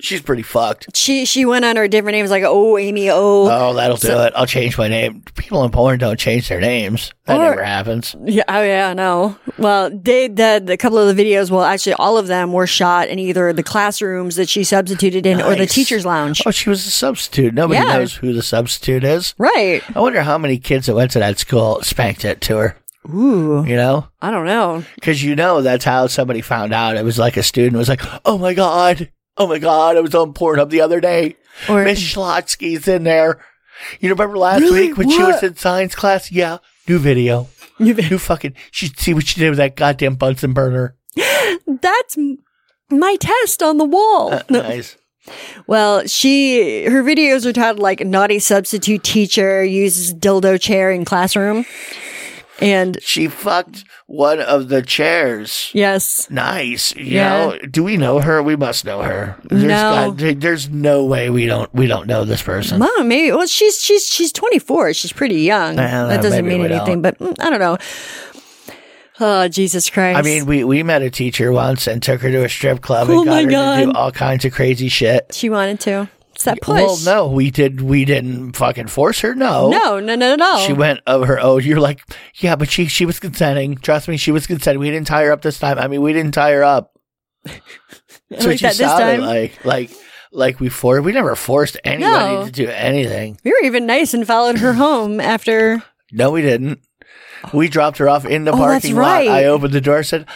S6: she's pretty fucked.
S5: She she went under a different name. It was like, oh, Amy, oh.
S6: Oh, that'll do it. I'll change my name. People in porn don't change their names. That
S5: Or-
S6: never happens.
S5: yeah, oh, yeah, no. Well, they did a couple of the videos. Well, actually, all of them were shot in either the classrooms that she substituted in or the
S6: Nice.
S5: teacher's lounge.
S6: Oh, she was a substitute. Nobody
S5: Yeah.
S6: knows who the substitute is.
S5: Right.
S6: I wonder how many kids that went to that school spanked it to her.
S5: Ooh,
S6: You know.
S5: I don't know.
S6: Because you know that's how somebody found out. It was like a student was like, "Oh my god, oh my god, I was on Pornhub the other day.
S5: Or-
S6: Miss Schlotsky's in there. You remember last
S5: Really?
S6: week when she was
S5: What?
S6: in science class? Yeah, new video. Who fucking? She see what she did with that goddamn Bunsen burner.
S5: That's m- my test on the wall.
S6: Uh,
S5: No.
S6: Nice.
S5: Well, she her videos are titled like "Naughty Substitute Teacher Uses Dildo Chair in Classroom," and
S6: She fucked one of the chairs.
S5: yes,
S6: Nice. You
S5: Yeah.
S6: know, do we know her? We must know her. There's
S5: No.
S6: got- there's no way we don't we don't know this person.
S5: Mom, maybe. Well, she's she's she's 24. She's pretty young.
S6: Well,
S5: that doesn't
S6: Uh, maybe
S5: mean
S6: we don't.
S5: anything, but mm, I don't know. Oh, Jesus Christ.
S6: I mean, we, we met a teacher once and took her to a strip club
S5: Oh
S6: and got
S5: my
S6: her to do
S5: God.
S6: all kinds of crazy shit.
S5: she wanted to. It's that push.
S6: Well, no, we did. We didn't fucking force her. No,
S5: No, no, no, no.
S6: She went of her own. You're like, yeah, but she she was consenting. Trust me, she was consenting. We didn't tie her up this time. I mean, we didn't tie her up.
S5: I like
S6: she
S5: that this
S6: sounded
S5: time.
S6: like like like we forced. We never forced anybody
S5: No.
S6: to do anything.
S5: we were even nice and followed her home after.
S6: No, we didn't. We dropped her off in the
S5: Oh, that's
S6: parking lot.
S5: right.
S6: I opened the door, said,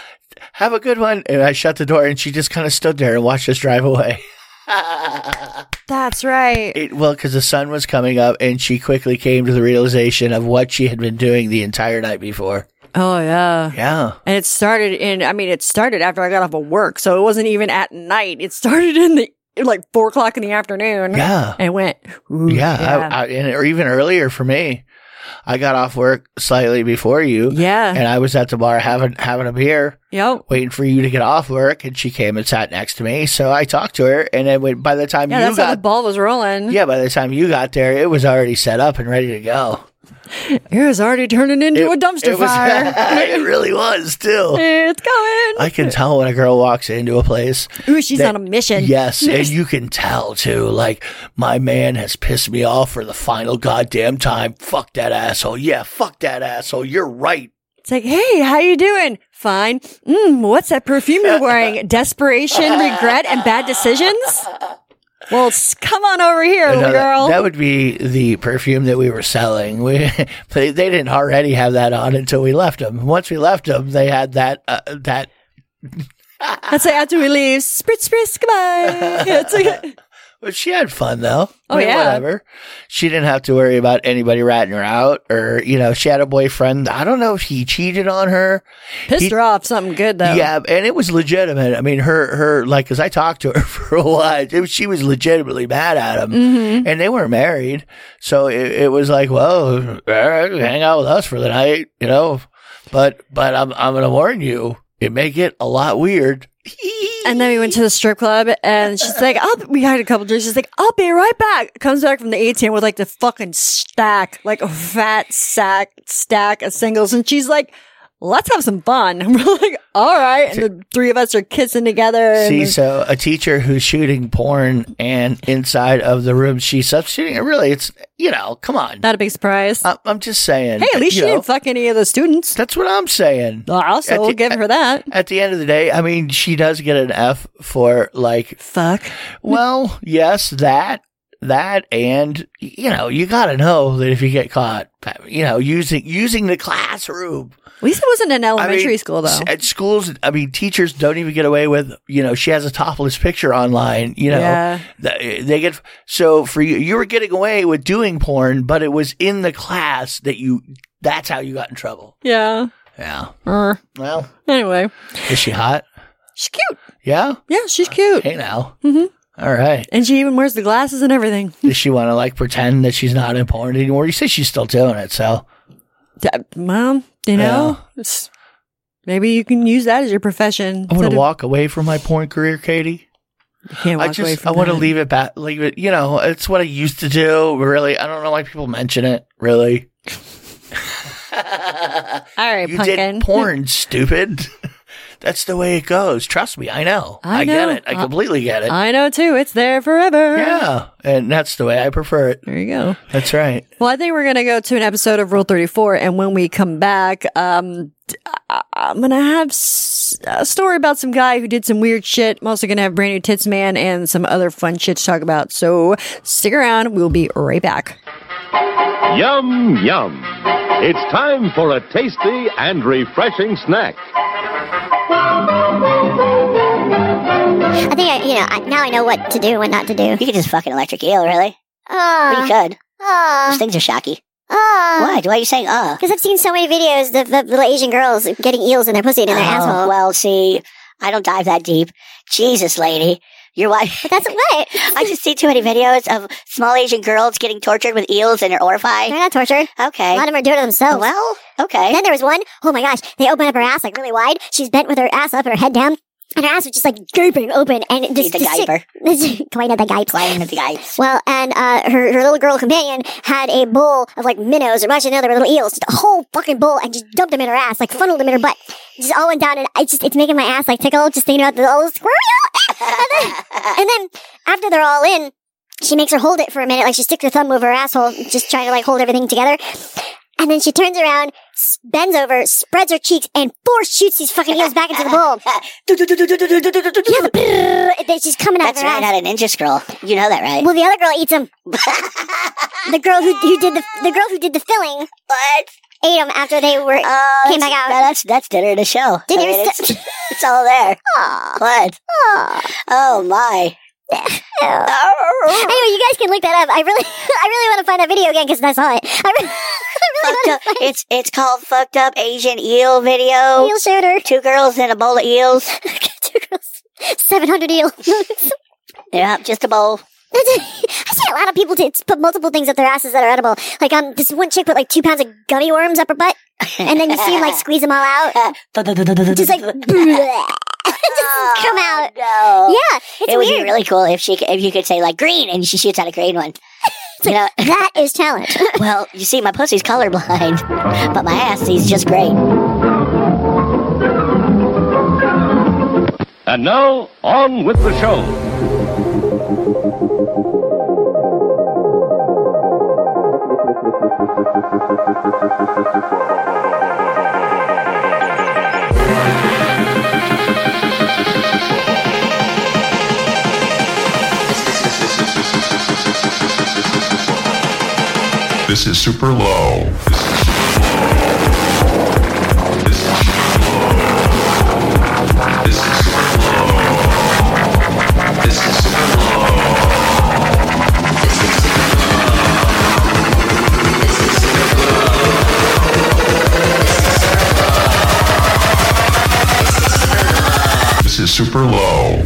S6: "Have a good one," and I shut the door. And she just kind of stood there and watched us drive away.
S5: That's right.
S6: It well, because the sun was coming up, and she quickly came to the realization of what she had been doing the entire night before.
S5: oh yeah.
S6: Yeah.
S5: And it started in. I mean, it started after I got off of work, so it wasn't even at night. It started in the like four o'clock in the afternoon.
S6: Yeah.
S5: And it went. ooh,
S6: Yeah, I, I, and, or even earlier for me. I got off work slightly before you.
S5: Yeah.
S6: and I was at the bar having having a beer,
S5: yep.
S6: waiting for you to get off work, and she came and sat next to me. So I talked to her, and then when, by the time
S5: Yeah,
S6: you
S5: that's how the
S6: got
S5: ball was rolling.
S6: yeah, by the time you got there, it was already set up and ready to go.
S5: It was already turning into a dumpster
S6: It was-
S5: fire.
S6: it really was too.
S5: it's going.
S6: I can tell when a girl walks into a place.
S5: Ooh, she's
S6: that-
S5: on a mission.
S6: Yes, and you can tell too. Like my man has pissed me off for the final goddamn time. Fuck that asshole. Yeah, fuck that asshole. You're right.
S5: It's like, hey, how you doing? Fine. Mm, what's that perfume you're wearing? Desperation, regret, and bad decisions? Well, s- come on over here,
S6: No,
S5: little
S6: that-
S5: Oh, girl.
S6: That, would be the perfume that we were selling. We they, they didn't already have that on until we left them. Once we left them, they had that uh, that
S5: That's like after we leave. Spritz, spritz, goodbye. It's like,
S6: But she had fun though.
S5: Oh, yeah.
S6: whatever. She didn't have to worry about anybody ratting her out, or you know, she had a boyfriend. I don't know if he cheated on her.
S5: pissed
S6: He-
S5: her off. Something good though.
S6: Yeah, and it was legitimate. I mean, her her like, cause I talked to her for a while. It was- she was legitimately mad at him,
S5: Mm-hmm.
S6: and they were married, so it, it was like, well, all right, hang out with us for the night, you know. But but I'm I'm gonna warn you, it may get a lot weird.
S5: And then we went to the strip club, and she's like, I'll, "We had a couple drinks." She's like, "I'll be right back." Comes back from the ATM with like the fucking stack, like a fat sack stack of singles, and she's like, "Let's have some fun." And we're like, "All right." And the three of us are kissing together. and
S6: See,
S5: then-
S6: so a teacher who's shooting porn and inside of the room she's substituting, really, it's, you know, come on.
S5: not a big surprise.
S6: I, I'm just saying.
S5: hey, at least she
S6: Uh, you know,
S5: didn't fuck any of the students.
S6: That's what I'm saying.
S5: I also
S6: At
S5: will
S6: the-
S5: give her that.
S6: At the end of the day, I mean, she does get an F for, like,
S5: Fuck.
S6: well, yes, that, that, and, you know, you gotta know that if you get caught, you know, using, using the classroom.
S5: At least it wasn't in
S6: I mean,
S5: elementary school though.
S6: s- At schools, I mean, teachers don't even get away with, you know, she has a topless picture online, you know.
S5: Yeah.
S6: Th- They get, so for you, you were getting away with doing porn, but it was in the class that you, that's how you got in trouble.
S5: yeah.
S6: Yeah.
S5: Er.
S6: Well,
S5: Anyway,
S6: is she hot?
S5: she's cute.
S6: Yeah.
S5: Yeah, she's cute,
S6: Hey now. Mm-hmm. right.
S5: and she even wears the glasses and everything.
S6: Does she want to like pretend that she's not in porn anymore? You say she's still doing it, so.
S5: That- Well, you know, it's- maybe you can use that as your profession.
S6: I want
S5: instead
S6: to
S5: of-
S6: walk away from my porn career, Katie.
S5: you can't
S6: I
S5: walk away
S6: just I
S5: from
S6: want to
S5: that.
S6: leave it back. Leave it. You know, it's what I used to do. Really, I don't know why people mention it. Really,
S5: All right,
S6: you
S5: pumpkin.
S6: did porn, stupid. That's the way it goes. Trust me, I know.
S5: I
S6: I, get
S5: know. Uh,
S6: it. I
S5: I-
S6: completely get it.
S5: I know too. It's there forever.
S6: yeah, and that's the way I prefer it.
S5: There you go.
S6: That's right.
S5: Well, I think we're going to go to an episode of Rule 34. And when we come back, um, d- I- I'm going to have s- a story about some guy who did some weird shit. I'm also going to have Brand New Tits Man and some other fun shit to talk about. So stick around. We'll be right back.
S7: Yum, yum. It's time for a tasty and refreshing snack.
S8: I think I, you know, I, now I know what to do and what not to do.
S4: Uh,
S9: You could just fucking electric eel, really. Or you
S8: Oh,
S9: could. Those
S8: oh,
S9: things are shocky.
S8: Oh.
S9: What? Why are you saying uh?
S8: Because I've seen so many videos of of little Asian girls getting eels in their pussy and in their
S9: Oh,
S8: asshole.
S9: Well, see, I don't dive that deep. Jesus, lady. You're what?
S8: But that's what?
S9: I just see too many videos of small Asian girls getting tortured with eels in their
S8: They're
S9: orifice.
S8: not tortured.
S9: Okay.
S8: A lot of them are doing it themselves.
S9: well, okay.
S8: Then there was one, oh my gosh, they open up her ass like really wide. She's bent with her ass up and her head down. And her ass was just like gaping open and just
S9: the
S8: just shit-
S9: diaper.
S8: Quite at the guy's
S9: Playing with the guys.
S8: Well, and uh, her, her little girl companion had a bowl of like minnows, or actually no, they were little eels, just a whole fucking bowl, and just dumped them in her ass, like funneled them in her butt, just all went down, and I just it's making my ass like tickle just thinking about the old squirrel. and, then, and then after they're all in, she makes her hold it for a minute, like she sticks her thumb over her asshole, just trying to like hold everything together. And then she turns around, s- bends over, spreads her cheeks, and force shoots these fucking eels back into the bowl. Yeah, the brrrr, it's just coming out
S9: That's
S8: of her ass.
S9: right out of Ninja Scroll. You know that, right?
S8: Well, the other girl eats him. the girl who, who did the the girl who did the filling
S9: What?
S8: ate him after they were.
S9: Oh,
S8: Came
S9: that's-
S8: back out.
S9: no, that's that's dinner and a show.
S8: Dinner
S9: I mean,
S8: and
S9: it's, it's all there. What? Oh my!
S8: anyway, you guys can look that up. I really, I really want to find that video again because I saw it. I really, I
S9: Fucked
S8: really
S9: up. It's it's called "Fucked Up Asian Eel Video."
S8: want to find eel shooter.
S9: Two girls in a bowl of eels.
S8: Two girls, seven hundred eels.
S9: yeah, just a bowl.
S8: I see a lot of people t- put multiple things up their asses that are edible. Like um, this one chick put like two pounds of gummy worms up her butt, and then you see him like squeeze them all out, just
S9: Oh,
S8: like just come out.
S9: No.
S8: Yeah, it's
S9: it would
S8: weird.
S9: be really cool if she c- if you could say like green and she shoots out a green one. you know,
S8: that is talent.
S9: well, you see, my pussy's colorblind, but my ass sees just green.
S7: And now, on with the show.
S10: This is super low. This is super low. This is super low. This is super low. This is super low. This is super low. This is super low.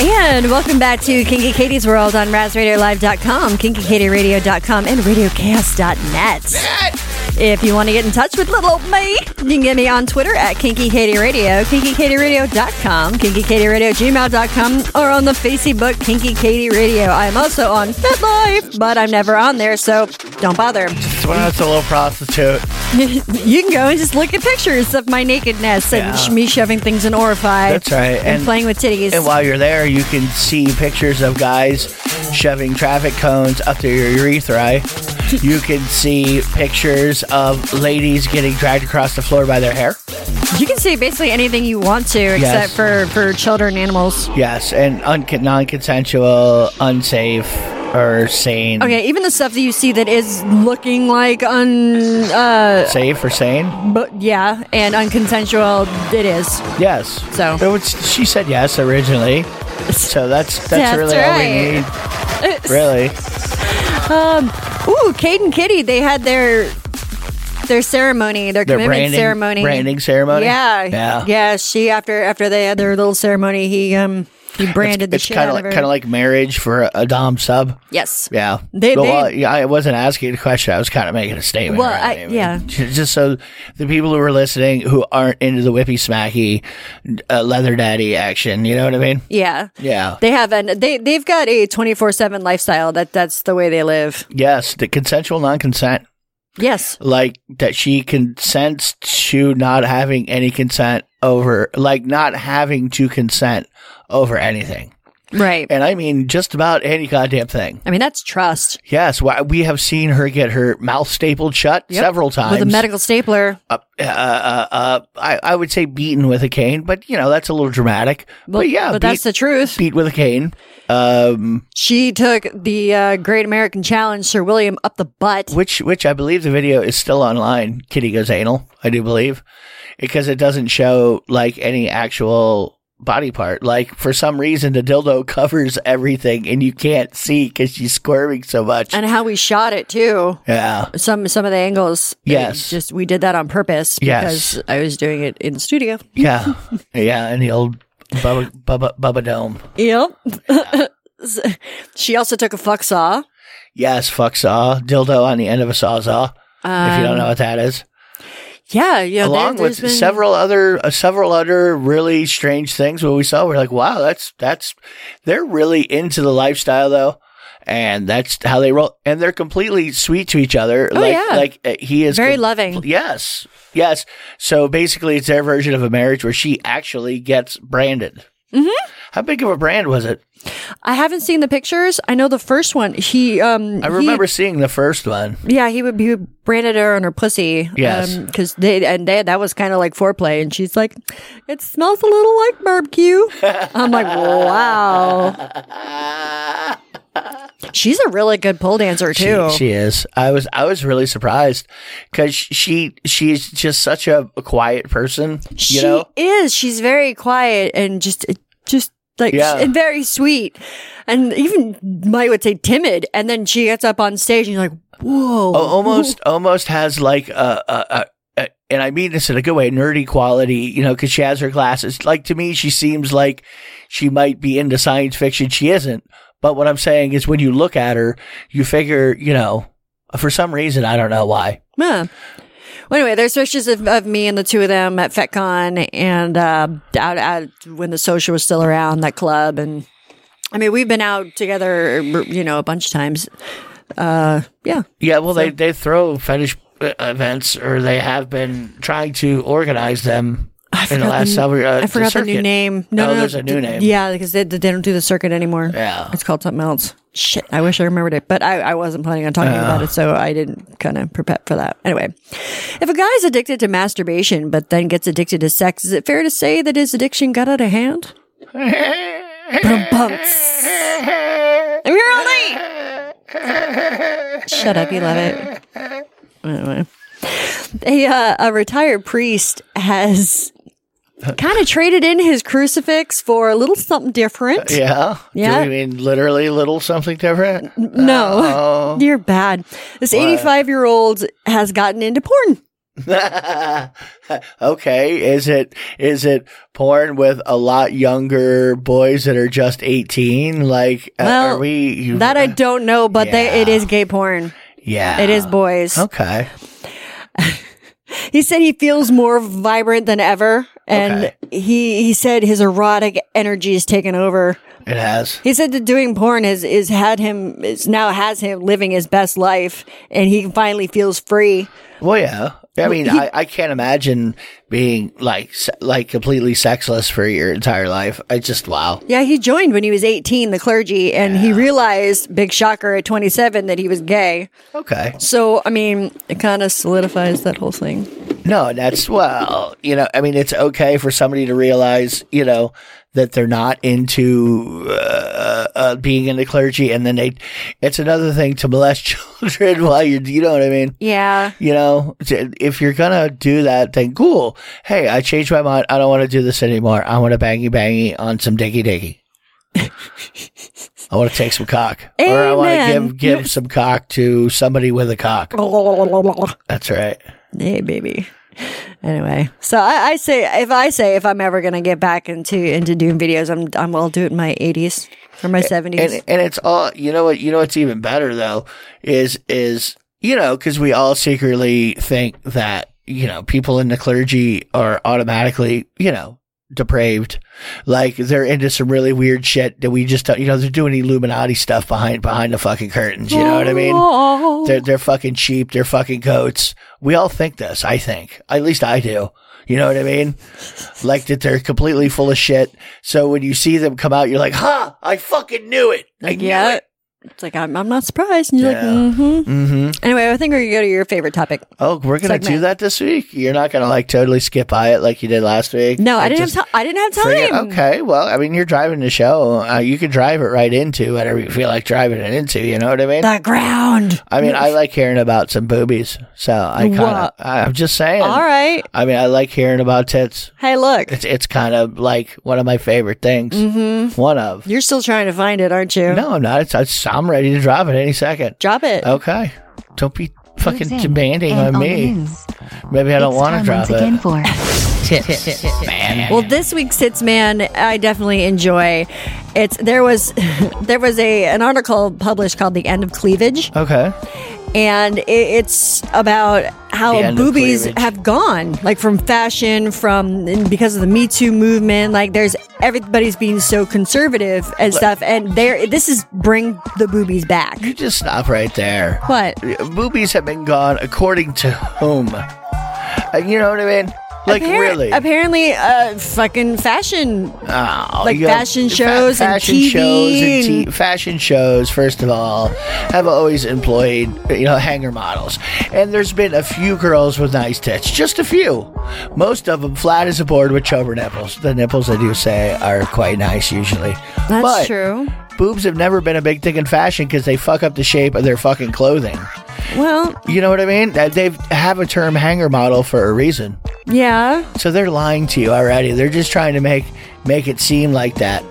S5: And welcome back to Kinky Katie's World on RazRadioLive.com, KinkyKatieRadio.com, and RadioChaos.net. If you want to get in touch with little old me, you can get me on Twitter at Kinky Katie Radio, KinkyKatieRadio.com, KinkyKatieRadio.gmail.com, or on the Facebook Kinky Katie Radio. I'm also on FetLife, but I'm never on there, so don't bother.
S6: When I was a little prostitute.
S5: you can go and just look at pictures of my nakedness and
S6: Yeah.
S5: me shoving things in orifice.
S6: That's right.
S5: And,
S6: And-
S5: playing with titties.
S6: And while you're there, you can see pictures of guys shoving traffic cones up to your urethra. You can see pictures of ladies getting dragged across the floor by their hair.
S5: You can see basically anything you want to,
S6: Yes.
S5: except for for children, animals.
S6: Yes, and un- non-consensual, unsafe, or sane.
S5: Okay, even the stuff that you see that is looking like un, uh,
S6: Safe or sane?
S5: but yeah, and unconsensual, it is.
S6: Yes.
S5: So.
S6: It was- she said yes originally. So that's that's,
S5: That's
S6: really all we need. Really.
S5: Ooh, Kate and Kitty, they had their their ceremony, their,
S6: Their
S5: commitment
S6: branding-
S5: ceremony,
S6: branding ceremony?
S5: Yeah,
S6: Yeah.
S5: yeah. She after after they had their little ceremony, he um he branded
S6: it's
S5: the shit
S6: kind
S5: out
S6: of like
S5: of her.
S6: kind of like marriage for a, a dom sub.
S5: yes,
S6: Yeah.
S5: They-
S6: But
S5: they-
S6: well, yeah, I wasn't asking a question. I was kind of making a statement.
S5: Well,
S6: right?
S5: I-
S6: mean,
S5: yeah.
S6: j- Just so the people who are listening who aren't into the whippy smacky uh, leather daddy action, you know what I mean?
S5: yeah.
S6: Yeah.
S5: They have an they they've got a twenty four seven lifestyle that that's the way they live.
S6: yes, the consensual non consent.
S5: Yes,
S6: Like that she consents to not having any consent over, like not having to consent over anything.
S5: right.
S6: And I mean just about any goddamn thing.
S5: I mean, that's trust.
S6: Yes, why- we have seen her get her mouth stapled shut several times.
S5: With a medical stapler.
S6: uh, uh, uh, uh, I, I would say beaten with a cane, but you know that's a little dramatic.
S5: Well,
S6: but yeah,
S5: but that's the truth.
S6: Beat with a cane. Um,
S5: She took the uh, Great American Challenge, Sir William, up the butt.
S6: which which I believe the video is still online. Kitty goes anal. I do believe because it doesn't show like any actual body part. Like for some reason, the dildo covers everything, and you can't see because she's squirming so much.
S5: And how we shot it too.
S6: Yeah.
S5: Some some of the angles. it
S6: Yes.
S5: Just we did that on purpose
S6: Yes.
S5: because I was doing it in studio.
S6: Yeah, yeah, and the old Bubba Bubba, Bubba Dome.
S5: Yep. she also took a fuck saw.
S6: Yes, fuck saw dildo on the end of a sawzall. if you don't
S5: Um,
S6: know what that is,
S5: Yeah, yeah. there-
S6: along
S5: there's
S6: with
S5: been-
S6: several other uh, several other really strange things where we saw we're like wow that's that's they're really into the lifestyle though and that's how they roll and they're completely sweet to each other
S5: Oh,
S6: like
S5: yeah.
S6: like uh, he is
S5: Very loving.
S6: yes yes so basically it's their version of a marriage where she actually gets branded
S5: Mhm.
S6: how big of a brand was it
S5: I haven't seen the pictures. I know the first one. He um.
S6: i
S5: he-
S6: remember seeing the first one
S5: yeah, he would be branded her on her pussy.
S6: Yes.
S5: because they and they that was kind of like foreplay, and she's like, "It smells a little like barbecue." I'm like, "Wow." She's a really good pole dancer too.
S6: She, she is. I was I was really surprised because she she's just such a, a quiet person. You
S5: She
S6: know,
S5: is. She's very quiet and just just like
S6: Yeah.
S5: and very sweet, and even might would say timid. And then she gets up on stage and you're like, "Whoa!"
S6: Al- Oh, almost almost has like a, a, a, a and I mean this in a good way, nerdy quality. You know, because she has her glasses. Like to me, she seems like she might be into science fiction. She isn't. But what I'm saying is, when you look at her, you figure, you know, for some reason, I don't know why.
S5: Yeah. Well, anyway, there's pictures of, of me and the two of them at FetCon and uh, out, out when the social was still around that club. And I mean, we've been out together, you know, a bunch of times. Uh, yeah.
S6: Yeah, well, they, they throw fetish uh, events, or they have been trying to organize them in the
S5: forgot
S6: last
S5: the-
S6: several. Uh,
S5: I forgot the new
S6: circuit.
S5: name. No,
S6: oh,
S5: no, no,
S6: there's a new
S5: th-
S6: name.
S5: Yeah, because they, they don't do the circuit anymore.
S6: Yeah.
S5: It's called something else. Shit, I wish I remembered it, but I, I wasn't planning on talking
S6: Yeah.
S5: about it, so I didn't kind of prepare for that. Anyway, if a guy's addicted to masturbation but then gets addicted to sex, is it fair to say that his addiction got out of hand? Bumps. I'm here all night. Shut up, you love it. Anyway. A, uh, a retired priest has kind of traded in his crucifix for a little something different.
S6: Yeah.
S5: Yeah.
S6: Do you mean literally little something different?
S5: No, you're bad. This
S6: Oh. What?
S5: 85 year old has gotten into porn.
S6: okay. Is it is it porn with a lot younger boys that are just eighteen? Like, uh,
S5: Well,
S6: are we you-
S5: That I don't know, but they, it
S6: Yeah.
S5: is gay porn.
S6: Yeah.
S5: It is boys.
S6: Okay.
S5: He said he feels more vibrant than ever. And he, he said his erotic energy is taken over.
S6: It has.
S5: He said that doing porn has is had him is now has him living his best life, and he finally feels free.
S6: Well, yeah. I
S5: Well,
S6: mean,
S5: he-
S6: I, I can't imagine being like se- like completely sexless for your entire life. I just wow.
S5: Yeah, he joined when he was eighteen, the clergy, and he realized, big shocker, at twenty seven, that he was gay.
S6: Okay.
S5: So, I mean, it kind of solidifies that whole thing.
S6: No, that's well, you know, I mean, it's okay for somebody to realize, you know, that they're not into uh, uh, being in the clergy, and then they, it's another thing to molest children while you're, you know what I mean?
S5: Yeah.
S6: You know, if you're gonna do that, then cool. Hey, I changed my mind. I don't want to do this anymore. I want to bangy bangy on some diggy diggy. I want to take some cock, or I want to
S5: Amen. Oh.
S6: give give some cock to somebody with a cock. That's right.
S5: Hey, baby. Anyway, so I, I say if I say if I'm ever gonna get back into into doing videos, I'm I'm I'll do it in my eighties or my seventies.
S6: and and it's all you know what you know what's even better though is is you know because we all secretly think that you know people in the clergy are automatically you know depraved like they're into some really weird shit that we just don't you know they're doing illuminati stuff behind behind the fucking curtains you know what i mean
S5: Oh.
S6: they're they're fucking sheep they're fucking goats we all think this i think at least i do you know what i mean like that they're completely full of shit so when you see them come out you're like huh I fucking knew it. I
S5: yeah, It's like I'm, I'm not surprised. And you're
S6: Yeah.
S5: like, mm-hmm.
S6: Mm-hmm.
S5: Anyway, I think we're gonna go to your favorite topic.
S6: Oh, we're gonna do
S5: Segment.
S6: that this week. You're not gonna like totally skip by it like you did last week.
S5: No, I,
S6: Like,
S5: didn't
S6: just
S5: have time. I didn't have
S6: forget-
S5: time.
S6: Okay, well, I mean, you're driving the show. Uh, you can drive it right into whatever you feel like driving it into. You know what I mean?
S5: The ground.
S6: I mean, I like hearing about some boobies, so I kind of.
S5: What?
S6: I'm just saying.
S5: All right.
S6: I mean, I like hearing about tits.
S5: Hey, look.
S6: It's it's kind of like one of my favorite things.
S5: Mm-hmm.
S6: One of.
S5: You're still trying to find it, aren't you?
S6: No, I'm not. It's, it's, I'm ready to drop it any second.
S5: Drop it.
S6: Okay. Don't be fucking
S1: It's in
S6: demanding
S1: and
S6: on
S1: on
S6: me.
S1: the news.
S6: Maybe I don't
S1: It's
S6: want to
S1: time once
S6: drop
S1: again
S6: it.
S1: for
S6: Tits, man.
S5: Well, this week's hits man, I definitely enjoy. It's there was there was a an article published called "The End of Cleavage."
S6: Okay.
S5: and it, it's about
S6: The
S5: how
S6: end of
S5: boobies
S6: cleavage.
S5: have gone, like from fashion, from and because of the Me Too movement. Like there's everybody's being so conservative and
S6: Look.
S5: stuff, and there this is bring the boobies back.
S6: You just stop right there.
S5: What?
S6: Boobies have been gone according to whom? Uh, you know what I mean? Like,
S5: Appar-
S6: really?
S5: Apparently, uh, fucking fashion.
S6: Oh,
S5: Like
S6: you got-
S5: fashion shows and
S6: fashion
S5: TV
S6: shows and t-
S5: and-
S6: fashion shows. First of all, have always employed you know hanger models, and there's been a few girls with nice tits, just a few. Most of them flat as a board with chubber nipples. The nipples I do say are quite nice usually.
S5: That's
S6: But
S5: true.
S6: Boobs have never been a big thing in fashion because they fuck up the shape of their fucking clothing.
S5: Well,
S6: You know what I mean? That They have a term hanger model for a reason.
S5: yeah.
S6: So they're lying to you already. They're just trying to make make it seem like that.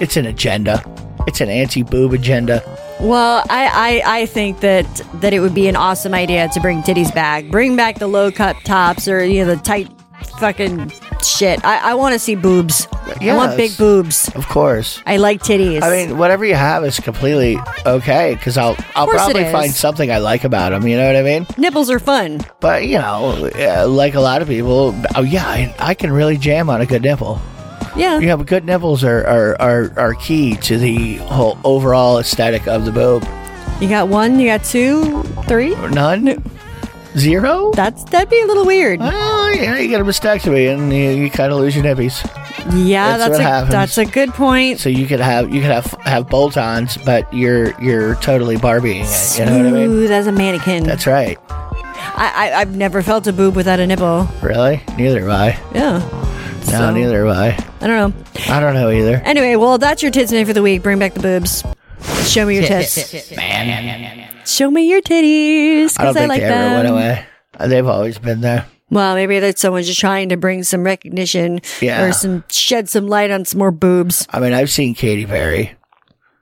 S6: It's an agenda. It's an anti-boob agenda.
S5: Well, I, I, I think that that it would be an awesome idea to bring titties back. Bring back the low cut tops or you know the tight fucking shit. I, I want to see boobs. I want big
S6: Yes.
S5: boobs.
S6: Of course.
S5: I like titties.
S6: I mean, whatever you have is completely okay because I'll I'll
S5: course it
S6: probably
S5: is.
S6: find something I like about them. You know what I mean?
S5: nipples are fun.
S6: But you know, uh, like a lot of people, oh yeah, I, I can really jam on a good nipple.
S5: Yeah.
S6: You know, but good nipples are are, are are key to the whole overall aesthetic of the boob.
S5: You got one. You got two, three.
S6: None, zero.
S5: That's that'd be a little weird.
S6: Well, you, know, you get a mastectomy and you, you kind of lose your nippies.
S5: yeah,
S6: that's
S5: that's
S6: what
S5: a
S6: happens.
S5: that's a good point.
S6: So you could have you could have have bolt-ons, but you're you're totally Barbieing it. You know what I mean?
S5: Smooth as a mannequin.
S6: That's right.
S5: I, I I've never felt a boob without a nipple.
S6: Really? Neither have I.
S5: Yeah.
S6: No, neither have I.
S5: I don't know.
S6: I don't know either.
S5: Anyway, well, that's your tits man for the week. Bring back the boobs. Show me your tits.
S6: Man,
S5: Show me your titties.
S6: I don't
S5: Because Eh,
S6: think
S5: I, like
S6: they ever went
S5: them.
S6: away. Uh, They've always been there.
S5: Well, maybe that someone's just trying to bring some recognition
S6: Yeah.
S5: or some shed some light on some more boobs.
S6: I mean, I've seen Katy Perry.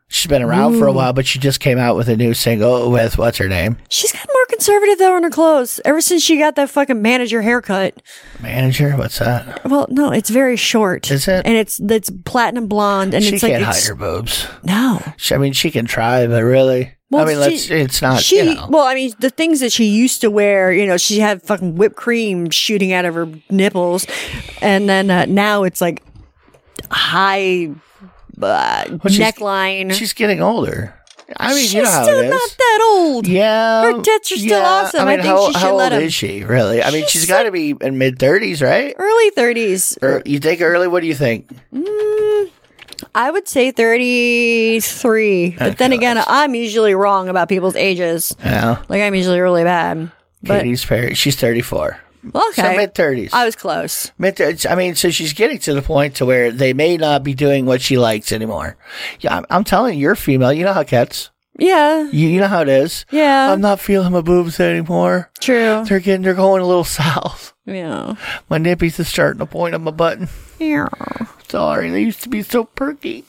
S6: She's been around for a
S5: Ooh.
S6: while, but she just came out with a new single with what's her name?
S5: She's gotten more conservative though in her clothes ever since she got that fucking manager haircut.
S6: Manager. What's that?
S5: Well, no, it's very short.
S6: Is it?
S5: And it's it's platinum blonde, and
S6: she
S5: it's like
S6: can't hide
S5: it's,
S6: her boobs.
S5: no.
S6: She, I mean, she can try, but really, I mean, let's,
S5: she-
S6: it's not.
S5: She
S6: you know.
S5: well, I mean, the things that she used to wear, you know, she had fucking whipped cream shooting out of her nipples, and then uh, now it's like high uh,
S6: Well, she's-
S5: neckline.
S6: She's getting older. I mean,
S5: She's
S6: you know how
S5: still
S6: it is.
S5: not that old.
S6: yeah,
S5: her tits are still
S6: yeah.
S5: awesome. I think
S6: how,
S5: she should
S6: how
S5: let
S6: old
S5: 'em.
S6: is she really? I mean, she's got to be in mid thirties, right?
S5: Early thirties,
S6: Or you think early? What do you think?
S5: I would say thirty-three.
S6: Oh,
S5: But then again, I'm usually wrong about people's ages.
S6: Yeah,
S5: Like I'm usually really bad. But
S6: Katie's Perry. She's thirty four.
S5: okay,
S6: So mid thirties.
S5: I was close.
S6: Mid thirties. I mean, so she's getting to the point to where they may not be doing what she likes anymore. Yeah, I'm, I'm telling you, you're female. You know how cats.
S5: Yeah,
S6: You, you know how it is.
S5: yeah,
S6: I'm not feeling my boobs anymore.
S5: true.
S6: They're getting. They're going a little south.
S5: Yeah.
S6: My nippies are starting to point on my button.
S5: Yeah,
S6: Sorry, they used to be so perky.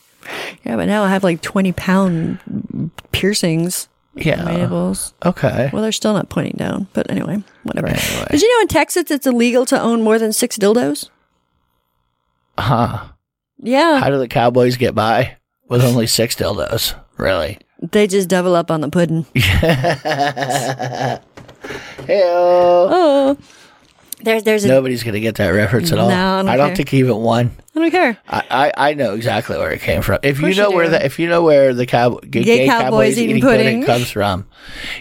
S5: but now I have like 20 pound piercings. on My
S6: Yeah.
S5: nipples.
S6: Okay.
S5: Well, they're still not pointing down, but anyway, whatever. Did you know in Texas it's illegal to own more than six dildos?
S6: Huh.
S5: Yeah.
S6: How do the Cowboys get by with only six dildos? Really?
S5: They just double up on the pudding.
S6: Hell.
S5: Oh. There's, there's a.
S6: Nobody's gonna get that reference at all.
S5: No, I don't care.
S6: think even one.
S5: I don't care.
S6: I, I, I know exactly where it came from. If you
S5: course
S6: know
S5: you
S6: where
S5: do.
S6: the if you know where the cow, gay,
S5: Gay
S6: cowboys, eating, pudding. comes from,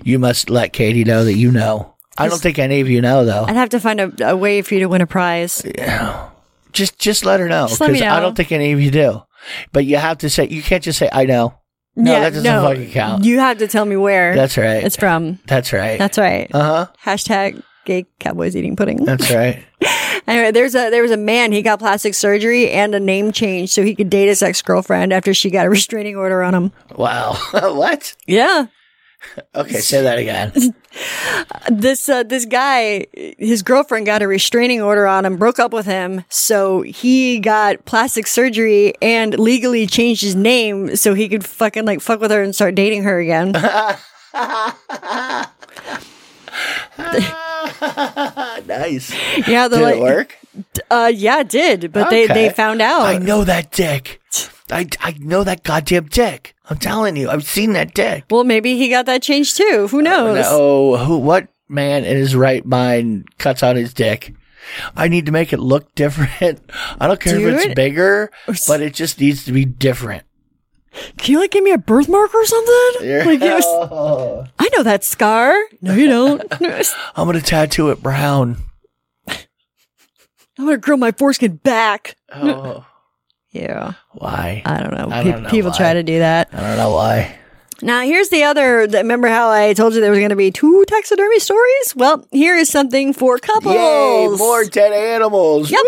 S6: you must let Katie know that you know. I don't think any of you know though.
S5: I'd have to find a, a way for you to win a prize.
S6: Just just let her know
S5: Just let me
S6: because I
S5: know.
S6: don't think any of you do. But you have to say you can't just say I know. No, that doesn't fucking count.
S5: You have to tell me where.
S6: That's right.
S5: It's from.
S6: That's right.
S5: That's right.
S6: Uh huh.
S5: Hashtag gay cowboys eating pudding.
S6: That's right.
S5: Anyway, there's a there was a man. He got plastic surgery and a name change so he could date his ex girlfriend after she got a restraining order on him.
S6: Wow. what?
S5: Yeah.
S6: Okay, say that again.
S5: This uh, this guy, his girlfriend got a restraining order on him, broke up with him, so he got plastic surgery and legally changed his name so he could fucking like fuck with her and start dating her again.
S6: Uh, nice.
S5: Yeah,
S6: Did
S5: they're
S6: it
S5: like-
S6: work?
S5: Uh, yeah, it did, but they
S6: Okay.
S5: they found out.
S6: I know that dick. I, I know that goddamn dick. I'm telling you, I've seen that dick.
S5: Well, maybe he got that changed too. Who knows?
S6: No, who? What man in his right mind cuts out his dick? I need to make it look different. I don't care if it's
S5: Dude.
S6: bigger, but it just needs to be different.
S5: Can you like give me a birthmark or something?
S6: Yeah.
S5: Like, it was- I know that scar. No, you don't.
S6: I'm gonna tattoo it brown.
S5: I'm gonna grow my foreskin back.
S6: Oh,
S5: yeah.
S6: Why?
S5: I don't know.
S6: I
S5: Pe-
S6: don't know
S5: people
S6: why.
S5: try to do that.
S6: I don't know why.
S5: Now, here's the other. th- Remember how I told you there was going to be two taxidermy stories? Well, here is something for couples.
S6: Yay! More dead animals.
S5: Yep.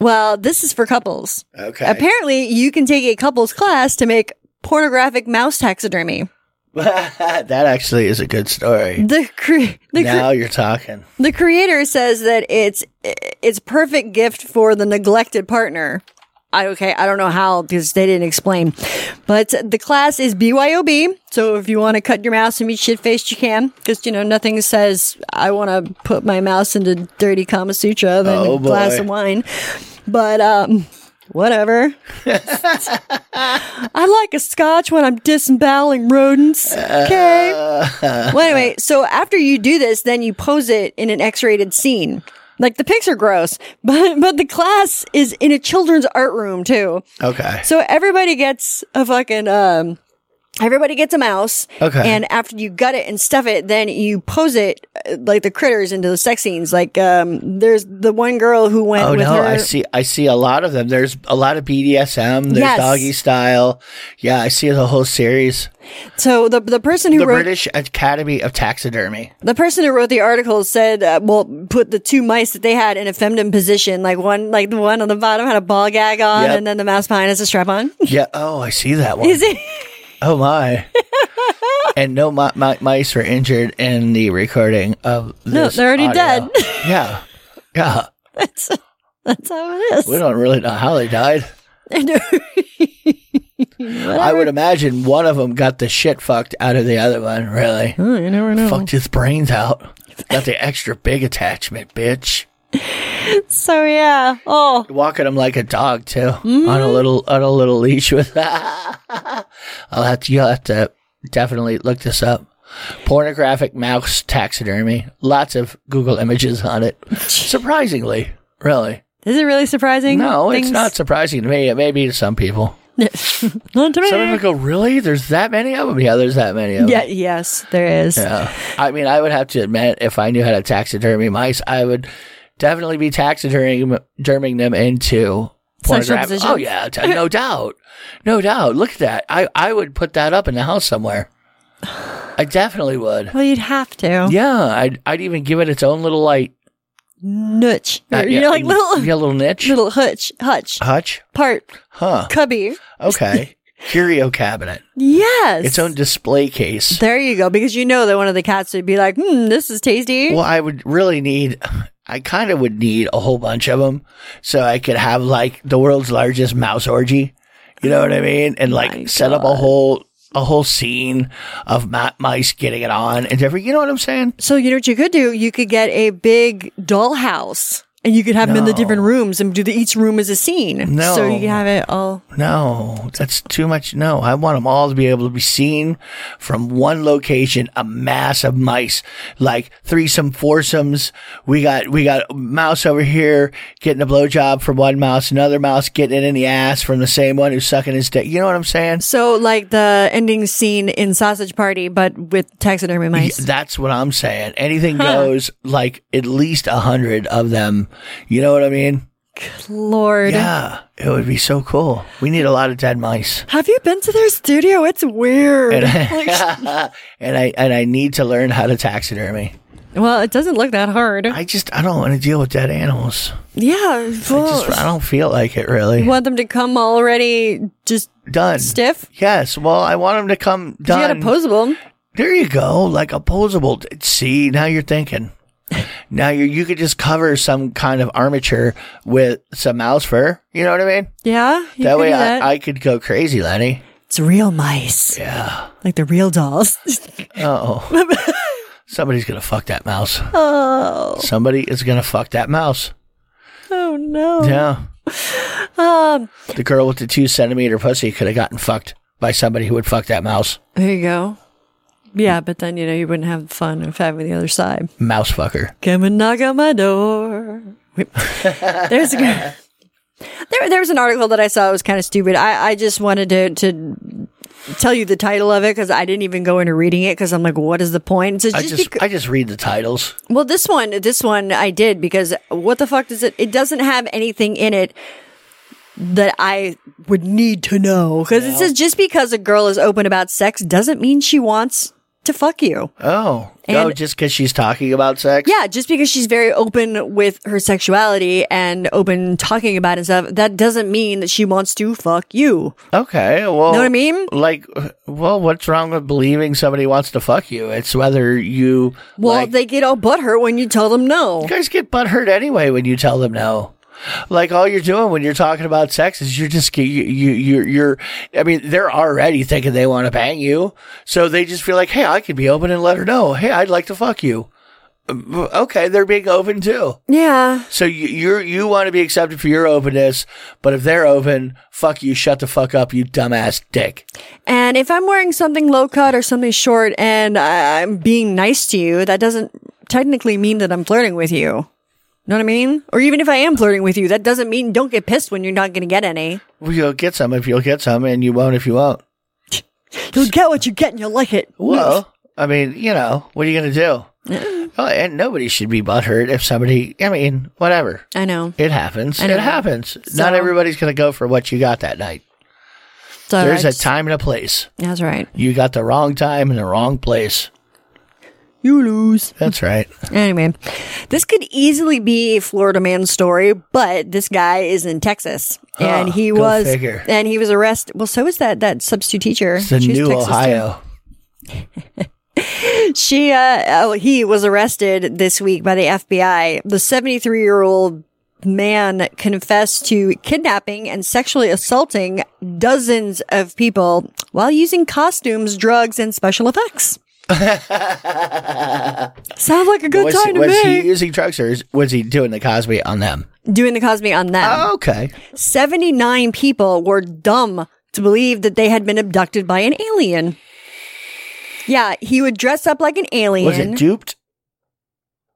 S5: Well, this is for couples.
S6: Okay.
S5: Apparently, you can take a couples class to make pornographic mouse taxidermy.
S6: that actually is a good story.
S5: The cre- the cre-
S6: now you're talking.
S5: The creator says that it's it's perfect gift for the neglected partner. I okay, I don't know how because they didn't explain. But the class is BYOB, so if you want to cut your mouse and be shit faced, you can. Because you know nothing says I want to put my mouse into dirty Kama Sutra than
S6: Oh,
S5: a glass
S6: boy.
S5: of wine. But um, whatever. I like a scotch when I'm disemboweling rodents.
S6: Uh,
S5: Okay well, anyway, so after you do this, then you pose it in an X-rated scene. Like the pics are gross, but but the class is in a children's art room too.
S6: Okay.
S5: So everybody gets a fucking um everybody gets a mouse.
S6: Okay.
S5: And after you gut it and stuff it, then you pose it uh, like the critters into the sex scenes. Like um there's the one girl who went
S6: Oh
S5: with
S6: no,
S5: her
S6: I see. I see a lot of them. There's a lot of BDSM. There's
S5: Yes.
S6: doggy style. Yeah, I see the whole series.
S5: So the the person who
S6: the
S5: wrote
S6: British Academy of Taxidermy.
S5: The person who wrote the article said, uh, "Well, put the two mice that they had in a feminine position. Like one, like the one on the bottom had a ball gag on,
S6: Yep.
S5: and then the mouse behind has a strap on."
S6: Yeah. Oh, I see that one.
S5: Is it?
S6: Oh my. and no mi- mi- mice were injured in the recording of this.
S5: No, they're already
S6: audio.
S5: dead.
S6: Yeah. Yeah.
S5: that's that's how it is.
S6: We don't really know how they died. I would imagine one of them got the shit fucked out of the other one, really.
S5: Oh, you never know.
S6: Fucked his brains out. Got the extra big attachment, bitch.
S5: So yeah. Oh,
S6: Walking him like a dog too,
S5: Mm-hmm.
S6: on a little on a little leash with. I'll have to. You'll have to definitely look this up. Pornographic mouse taxidermy. Lots of Google images on it. Surprisingly, really.
S5: is it really surprising?
S6: No,
S5: Things-
S6: it's not surprising to me. It may be to some people.
S5: Not to me.
S6: Some people go, really? There's that many of them? Yeah, there's that many of them.
S5: yeah. Yes, there is.
S6: Yeah. I mean, I would have to admit, if I knew how to taxidermy mice, I would definitely be taxiderming them into
S5: Sexual
S6: pornograph-
S5: positions?
S6: Oh, yeah. t- no doubt. No doubt. Look at that. I, I would put that up in the house somewhere. I definitely would.
S5: Well, you'd have to.
S6: Yeah. I'd, I'd even give it its own little light.
S5: Nutch.
S6: Uh,
S5: you
S6: yeah,
S5: know, like little
S6: yeah, little niche.
S5: little hutch, hutch,
S6: Hutch.
S5: part,
S6: Huh.
S5: cubby.
S6: Okay. Curio cabinet.
S5: Yes.
S6: Its own display case.
S5: There you go, because you know that one of the cats would be like, "Hmm, this is tasty."
S6: Well, I would really need, I kind of would need a whole bunch of them so I could have like the world's largest mouse orgy. You know what I mean? And like set up a whole, a whole scene of ma- mice getting it on and everything. You know what I'm saying?
S5: So you know what you could do? You could get a big dollhouse, and you could have them in the different rooms, and do the each room as a scene.
S6: No.
S5: so you could have it all.
S6: No, that's too much. No, I want them all to be able to be seen from one location, a mass of mice, like threesome foursomes. We got, we got a mouse over here getting a blowjob from one mouse, another mouse getting it in the ass from the same one who's sucking his dick. You know what I'm saying?
S5: So like the ending scene in Sausage Party, but with taxidermy mice.
S6: Yeah, that's what I'm saying. Anything goes like at least a hundred of them. You know what I mean?
S5: Lord.
S6: Yeah, it would be so cool. We need a lot of dead mice.
S5: Have you been to their studio? It's weird.
S6: And
S5: Like,
S6: I, and I and I need to learn how to taxidermy.
S5: well, it doesn't look that hard. I
S6: just I don't want to deal with dead animals.
S5: Yeah, well,
S6: I, just, I don't feel like it really.
S5: you want them to come already just
S6: Done.
S5: stiff?
S6: Yes. Well, I want them to come
S5: You got
S6: done.
S5: to posable them.
S6: There you go, like opposable. See, now you're thinking. Now you you could just cover some kind of armature with some mouse fur. You know what I mean?
S5: Yeah, you
S6: that
S5: could
S6: way
S5: do that.
S6: I, I could go crazy, Lenny.
S5: It's real mice.
S6: Yeah.
S5: Like the real dolls.
S6: Oh, somebody's gonna fuck that mouse.
S5: oh,
S6: Somebody is gonna fuck that mouse.
S5: oh no.
S6: Yeah,
S5: Um,
S6: the girl with the two centimeter pussy could have gotten fucked by somebody who would fuck that mouse.
S5: there you go. Yeah, but then you know you wouldn't have fun of having the other side.
S6: Mouse fucker.
S5: Come and knock on my door. Wait. There's a there, there was an article that I saw. It was kind of stupid. I, I just wanted to to tell you the title of it because I didn't even go into reading it because I'm like, what is the point? It's
S6: I
S5: just
S6: just
S5: becau-
S6: I just read the titles.
S5: well, this one, this one I did because what the fuck does it? It doesn't have anything in it that I would need to know because it says just because a girl is open about sex doesn't mean she wants to fuck you.
S6: Oh,
S5: And-
S6: oh, just because she's talking about sex.
S5: Yeah, just because she's very open with her sexuality and open talking about it and stuff, that doesn't mean that she wants to fuck you.
S6: Okay, well,
S5: Know what I mean?
S6: Like, well, what's wrong with believing somebody wants to fuck you? It's whether you
S5: Well,
S6: like,
S5: they get all butthurt when you tell them no.
S6: you guys get butthurt anyway when you tell them no. Like all you're doing when you're talking about sex is you're just you you you're, you're I mean they're already thinking they want to bang you, so they just feel like hey I could be open and let her know hey I'd like to fuck you. Um, Okay, they're being open too.
S5: Yeah.
S6: So you you're, you want to be accepted for your openness, but if they're open, fuck you, shut the fuck up, you dumbass dick.
S5: And if I'm wearing something low cut or something short and I- I'm being nice to you, that doesn't technically mean that I'm flirting with you. Know what I mean? Or even if I am flirting with you, that doesn't mean don't get pissed when you're not going to get any.
S6: Well, you'll get some if you'll get some, and you won't if you won't.
S5: You'll get what you get and you'll like it.
S6: Well, I mean, you know, what are you gonna do? Oh, and nobody should be butthurt if somebody. I mean, whatever.
S5: I know.
S6: It happens.
S5: I know.
S6: It happens.
S5: So-
S6: Not everybody's gonna go for what you got that night.
S5: So
S6: There's
S5: I
S6: a
S5: just-
S6: time and a place.
S5: That's right.
S6: You got the wrong time and the wrong place.
S5: You lose.
S6: That's right.
S5: Anyway, this could easily be a Florida man story, but this guy is in Texas, and
S6: Huh,
S5: he
S6: Ah, go
S5: was
S6: figure.
S5: and he was arrested. Well, so is that that substitute teacher.
S6: It's the
S5: She's
S6: new
S5: Texas, too.
S6: Ohio.
S5: She, uh, oh, he was arrested this week by the FBI. The 73 year old man confessed to kidnapping and sexually assaulting dozens of people while using costumes, drugs, and special effects. Sounds like a good
S6: was
S5: time to
S6: was
S5: me.
S6: he using drugs or is- was he doing the Cosby on them?
S5: doing the Cosby on them.
S6: Um, Oh, Okay.
S5: 79 people were dumb to believe that they had been abducted by an alien. Yeah, he would dress up like an alien.
S6: Was it duped?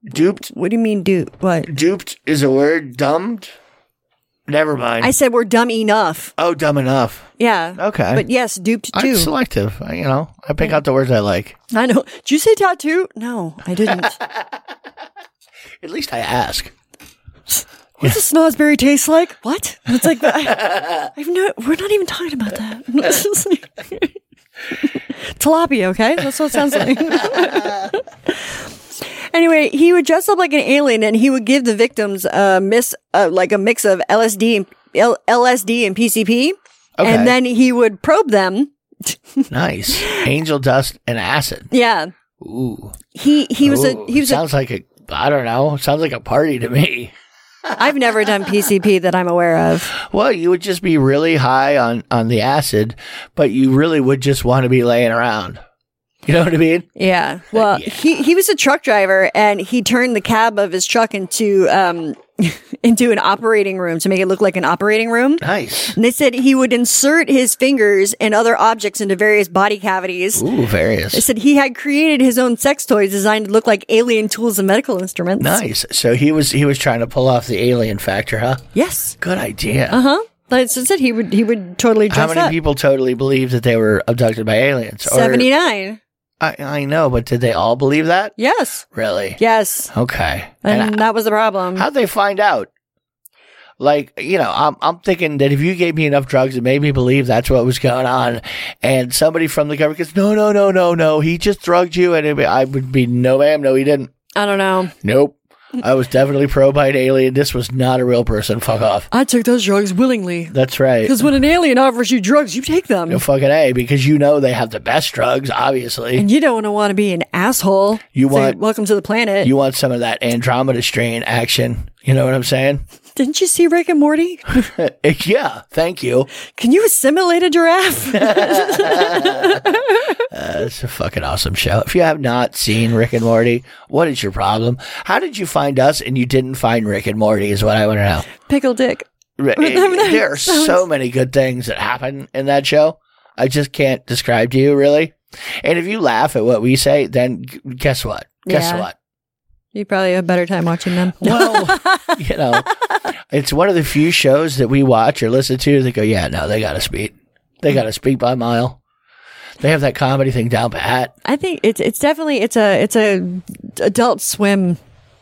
S6: Duped?
S5: What do you mean duped? What?
S6: Duped is a word. Dumbed? Never mind.
S5: I said we're dumb enough.
S6: oh, dumb enough.
S5: Yeah.
S6: Okay.
S5: But yes, duped
S6: I'm
S5: too.
S6: selective. I, you know, I pick out the words I like.
S5: I know. Did you say tattoo? No, I didn't.
S6: At least I ask.
S5: What's a snozzberry taste like? What? It's like I, I've no. We're not even talking about that. Tilapia, okay? That's what it sounds like. anyway, he would dress up like an alien, and he would give the victims a miss, uh, like a mix of LSD and L- LSD and PCP,
S6: Okay.
S5: and then he would probe them.
S6: Nice. Angel dust and acid.
S5: Yeah,
S6: Ooh.
S5: he he was
S6: Ooh,
S5: a he was a.
S6: sounds like a I don't know. Sounds like a party to me.
S5: I've never done PCP that I'm aware of.
S6: Well, you would just be really high on on the acid, but you really would just want to be laying around. You know what I mean?
S5: Yeah. Well, he he was a truck driver and he turned the cab of his truck into um into an operating room to make it look like an operating room.
S6: Nice.
S5: And they said he would insert his fingers and other objects into various body cavities.
S6: Ooh,
S5: They
S6: various.
S5: said he had created his own sex toys designed to look like alien tools and medical instruments.
S6: Nice. So he was he was trying to pull off the alien factor, huh?
S5: Yes.
S6: Good idea.
S5: Uh huh. Like so said, he would he would totally
S6: How
S5: dress
S6: many
S5: up.
S6: people totally believed that they were abducted by aliens? Or-
S5: Seventy nine.
S6: I, I know, but did they all believe that?
S5: Yes.
S6: Really?
S5: Yes.
S6: Okay.
S5: And,
S6: And
S5: that was the problem.
S6: how'd they find out? Like, you know, I'm, I'm thinking that if you gave me enough drugs, it made me believe that's what was going on. And somebody from the government goes, no, no, no, no, no. He just drugged you. And it'd be, I would be, no, ma'am, no, he didn't.
S5: I don't know.
S6: Nope. I was definitely probed by an alien. This was not a real person. Fuck off.
S5: I took those drugs willingly.
S6: That's right.
S5: Because when an alien offers you drugs, you take them.
S6: No fucking A, because you know they have the best drugs, obviously.
S5: And you don't want to be an asshole.
S6: You
S5: Say,
S6: want-
S5: welcome to the planet.
S6: You want some of that Andromeda strain action. You know what I'm saying?
S5: Didn't you see Rick and Morty?
S6: yeah, thank you.
S5: Can you assimilate a giraffe?
S6: Uh, it's a fucking awesome show. If you have not seen Rick and Morty, what is your problem? How did you find us and you didn't find Rick and Morty is what I want to know.
S5: Pickle dick.
S6: Ri- there are so many good things that happen in that show. I just can't describe to you, really. And if you laugh at what we say, then g- guess what? Guess
S5: Yeah.
S6: what?
S5: You probably have a better time watching them.
S6: Well, you know, it's one of the few shows that we watch or listen to that go, yeah, no, they got to speak. They got to speak by mile. They have that comedy thing down pat.
S5: I think it's it's definitely it's a it's a adult swim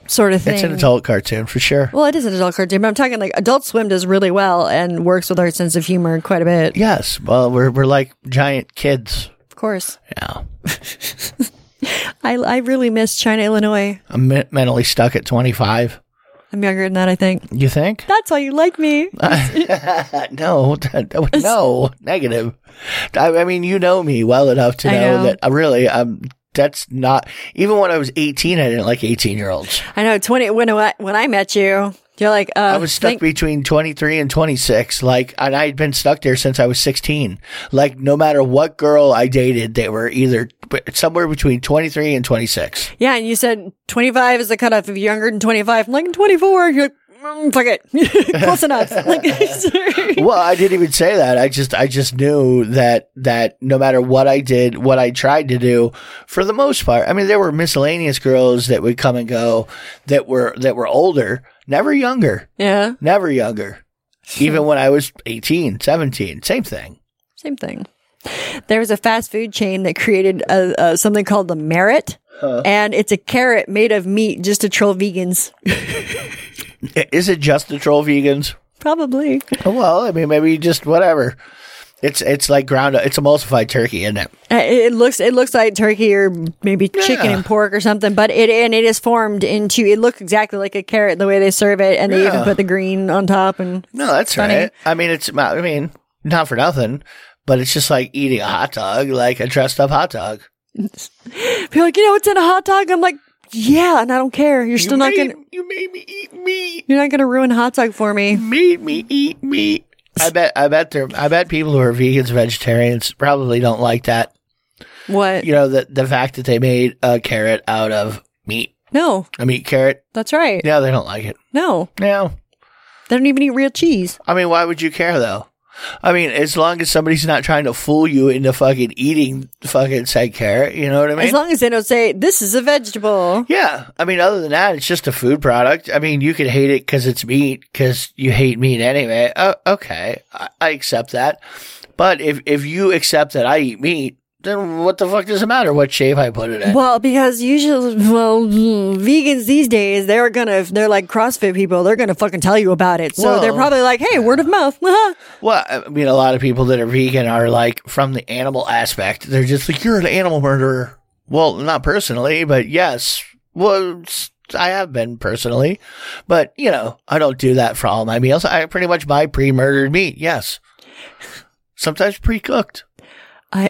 S5: sort of thing.
S6: It's an adult cartoon for sure.
S5: Well, it is an adult cartoon, but I'm talking like Adult Swim does really well and works with our sense of humor quite a bit.
S6: Yes. Well, we're, we're like giant kids.
S5: Of course.
S6: Yeah.
S5: I, I really miss China, Illinois.
S6: I'm men- mentally stuck at 25.
S5: I'm younger than that, I think.
S6: You think?
S5: That's why you like me.
S6: no, no, negative. I, I mean, you know me well enough to
S5: I
S6: know,
S5: know.
S6: that I really, I'm, that's not, even when I was 18, I didn't like 18 year olds.
S5: I know. Twenty when I, when I met you, you're like uh,
S6: I was stuck
S5: thank-
S6: between 23 and 26. Like, and I had been stuck there since I was 16. Like, no matter what girl I dated, they were either somewhere between 23 and 26.
S5: yeah, and you said 25 is the cutoff. If you're younger than 25, I'm like "I'm 24. You're like, mm, fuck it, close enough. Like,
S6: well, I didn't even say that. I just I just knew that that no matter what I did, what I tried to do, for the most part, I mean there were miscellaneous girls that would come and go that were that were older, never younger.
S5: Yeah.
S6: Never younger. even when I was 18, 17, same thing.
S5: Same thing. There was a fast food chain that created uh uh something called the Merit, and it's a carrot made of meat just to troll vegans.
S6: I- Is it just the troll vegans?
S5: Probably.
S6: Well, I mean maybe just whatever. It's it's like ground it's emulsified turkey, isn't it?
S5: Uh, It it looks it looks like turkey or maybe chicken
S6: Yeah.
S5: and pork or something, but it and it is formed into it looks exactly like a carrot the way they serve it, and they even
S6: Yeah.
S5: put the green on top. And
S6: No, that's
S5: funny.
S6: right. I mean, it's I mean, not for nothing, but it's just like eating a hot dog, like a dressed up hot dog.
S5: People are like, you know, it's in a hot dog. I'm like, yeah, and I don't care. You're still not
S6: made-
S5: gonna
S6: you made me eat meat.
S5: you're not gonna ruin hot dog for me.
S6: Made me eat meat. I bet I bet there I bet people who are vegans vegetarians probably don't like that.
S5: What?
S6: You know the the fact that they made a carrot out of meat,
S5: No,
S6: a meat carrot.
S5: that's right.
S6: No, they don't like it.
S5: No,
S6: No.
S5: they don't even eat real cheese.
S6: I mean, why would you care though? I mean, as long as somebody's not trying to fool you into fucking eating fucking said carrot, you know what I mean?
S5: as long as they don't say this is a vegetable.
S6: Yeah, I mean, other than that, it's just a food product. I mean, you can hate it because it's meat because you hate meat anyway. Oh, okay, I, I accept that. But if if you accept that I eat meat, then what the fuck does it matter what shape I put it in?
S5: Well, because usually, well, mm, vegans these days they're gonna they're like CrossFit people. They're gonna fucking tell you about it. So
S6: Well-
S5: they're probably like, hey, word of mouth.
S6: Well, I mean, a lot of people that are vegan are like from the animal aspect. They're just like, you're an animal murderer. Well, not personally, but yes. Well, s- I have been personally, but you know, I don't do that for all my meals. I pretty much buy pre murdered meat. Yes. Sometimes pre cooked.
S5: I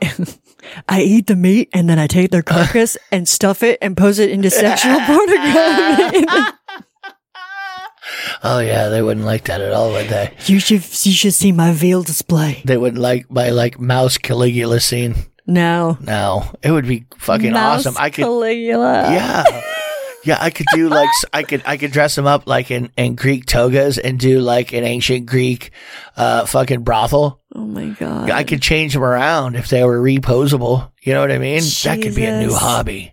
S5: I eat the meat and then I take their carcass and stuff it and pose it into sexual pornography.
S6: Oh, yeah. They wouldn't like that at all, would they?
S5: you should you should see my veal display.
S6: They wouldn't like my like mouse Caligula scene.
S5: No,
S6: No, it would be fucking
S5: Mouse
S6: awesome. I could.
S5: Caligula.
S6: Yeah. Yeah, I could do like s- I could I could dress them up like in, in Greek togas and do like an ancient Greek uh fucking brothel.
S5: Oh my god.
S6: I could change them around if they were reposable. You know what I mean? That could be a new
S5: Jesus.
S6: hobby.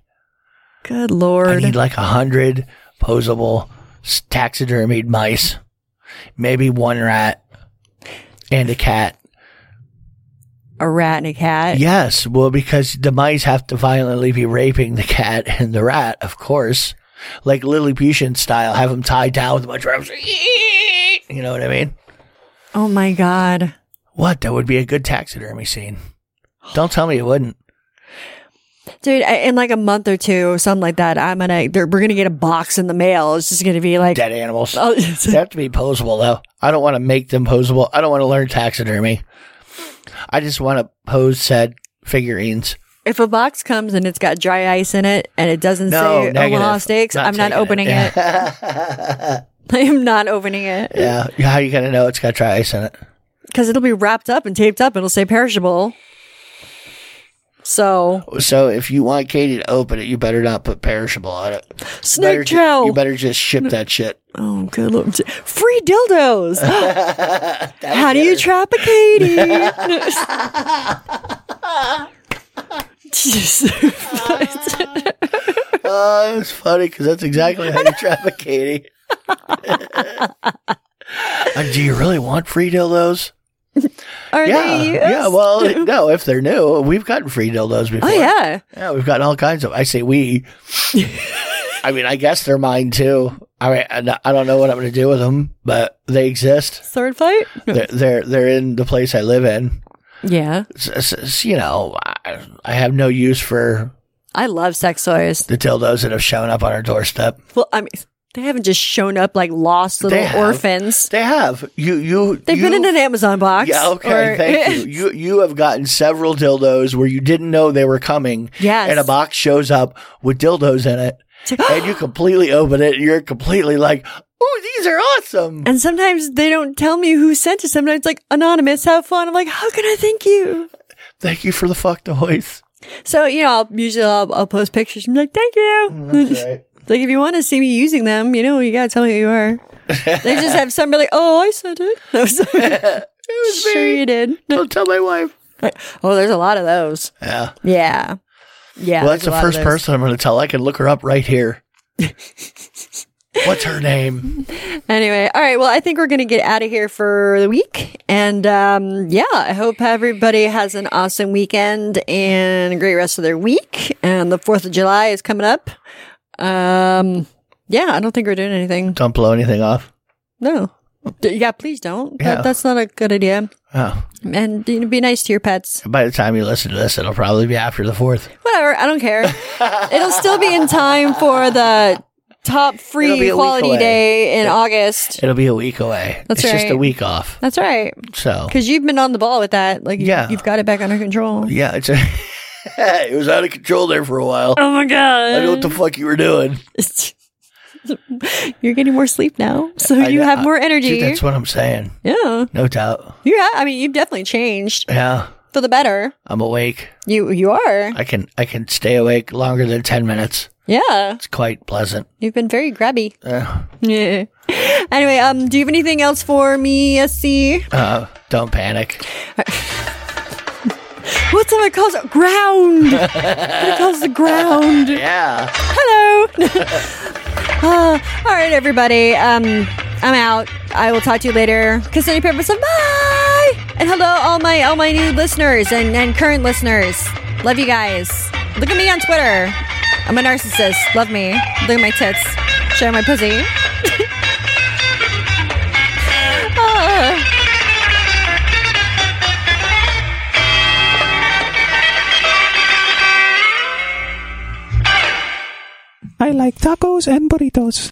S5: Good lord.
S6: I need like a hundred posable s- taxidermied mice, maybe one rat and a cat.
S5: a rat and a cat.
S6: Yes, well, because the mice have to violently be raping the cat and the rat, of course, like Lilliputian style. Have them tied down with a bunch of ropes. You know what I mean?
S5: Oh my god.
S6: What? That would be a good taxidermy scene. Don't tell me it wouldn't.
S5: Dude, I- in like a month or two, something like that, I'm gonna they're, we're gonna get a box in the mail. It's just gonna be like
S6: Dead animals. Oh, they have to be posable though. I don't want to make them posable. I don't want to learn taxidermy. I just want to pose said figurines.
S5: if a box comes and it's got dry ice in it and it doesn't
S6: No,
S5: say "Oh,
S6: negative.
S5: Omaha Steaks,
S6: Not
S5: I'm not
S6: taking it.
S5: opening
S6: Yeah.
S5: it. I am not opening it
S6: Yeah. How you gonna know it's got dry ice in it?
S5: because it'll be wrapped up and taped up. It'll say perishable. So
S6: So if you want Katie to open it, you better not put perishable on it. You
S5: Snake
S6: better ju-
S5: trail.
S6: you better just ship that shit.
S5: Oh, good lord! Free dildos. How do you trap a Katie?
S6: oh, it's funny because that's exactly how you trap a Katie. Uh, do you really want free dildos?
S5: Are
S6: yeah,
S5: they used?
S6: yeah. Well, no. If they're new, we've gotten free dildos before.
S5: Oh yeah.
S6: yeah. We've gotten all kinds of. I say we. I mean, I guess they're mine too. I mean, I I don't know what I'm going to do with them, but they exist.
S5: Sword fight.
S6: They're they're, they're in the place I live in.
S5: Yeah.
S6: S- s- s- you know, I, I have no use for
S5: I love sex toys.
S6: the dildos that have shown up on our doorstep.
S5: Well, I mean, they haven't just shown up like lost little
S6: They have.
S5: orphans.
S6: They have you you.
S5: They've been
S6: you-
S5: in an Amazon box.
S6: Yeah, okay,
S5: or-
S6: thank you. You you have gotten several dildos where you didn't know they were coming.
S5: Yes.
S6: And a box shows up with dildos in it. and you completely open it, and you're completely like, Oh, these are awesome.
S5: And sometimes they don't tell me who sent it. Sometimes it's like anonymous. Have fun. I'm like, how can I thank you?
S6: Thank you for the fuck noise.
S5: So you know, I'll, usually I'll, I'll post pictures. I'm like, thank you.
S6: that's right.
S5: like if you want to see me using them, you know, you gotta tell me who you are. they just have somebody like, oh, I sent it. I was like, sure you did.
S6: Don't tell my wife.
S5: oh, there's a lot of those.
S6: Yeah.
S5: Yeah. Yeah.
S6: well, that's
S5: there's
S6: the
S5: a lot of
S6: first
S5: those.
S6: person I'm going to tell. I can look her up right here. What's her name?
S5: Anyway, all right. Well, I think we're going to get out of here for the week. And um, yeah, I hope everybody has an awesome weekend and a great rest of their week. And the 4th of July is coming up. Um, yeah, I don't think we're doing anything.
S6: Don't blow anything off.
S5: No. D- Yeah, please don't.
S6: Yeah.
S5: That, that's not a good idea.
S6: Oh,
S5: And you know, be nice to your pets.
S6: by the time you listen to this, it'll probably be after the fourth.
S5: Whatever. I don't care. It'll still be in time for the top
S6: It'll be
S5: free
S6: a week
S5: quality
S6: away.
S5: day in
S6: Yeah.
S5: August.
S6: It'll be a week away.
S5: That's
S6: it's just a
S5: right.
S6: week off.
S5: That's right.
S6: So
S5: Because you've been on the ball with that. Like,
S6: Yeah.
S5: yeah. you've got it back under control.
S6: yeah, it's a it was out of control there for a while.
S5: Oh my
S6: I don't know what
S5: God.
S6: the fuck you were doing.
S5: You're getting more sleep now. So
S6: I-
S5: you have
S6: I-
S5: more
S6: dude,
S5: energy.
S6: that's what I'm saying.
S5: yeah.
S6: No doubt.
S5: You ha- I mean, you've definitely changed
S6: Yeah,
S5: for the better.
S6: I'm awake.
S5: You you are.
S6: I can I can stay awake longer than ten minutes.
S5: Yeah.
S6: It's quite pleasant.
S5: You've been very grabby.
S6: Uh,
S5: Yeah. Anyway, um, do you have anything else for me, SC?
S6: uh, don't panic.
S5: What's on my calls? Ground. it calls the ground.
S6: Yeah.
S5: Hello. Uh, all right, everybody. Um, I'm out. I will talk to you later. Kiss any purpose. Bye. And hello, all my all my new listeners and and current listeners. Love you guys. Look at me on Twitter. I'm a narcissist. Love me. Look at my tits. Show my pussy. Ah.
S11: I like tacos and burritos.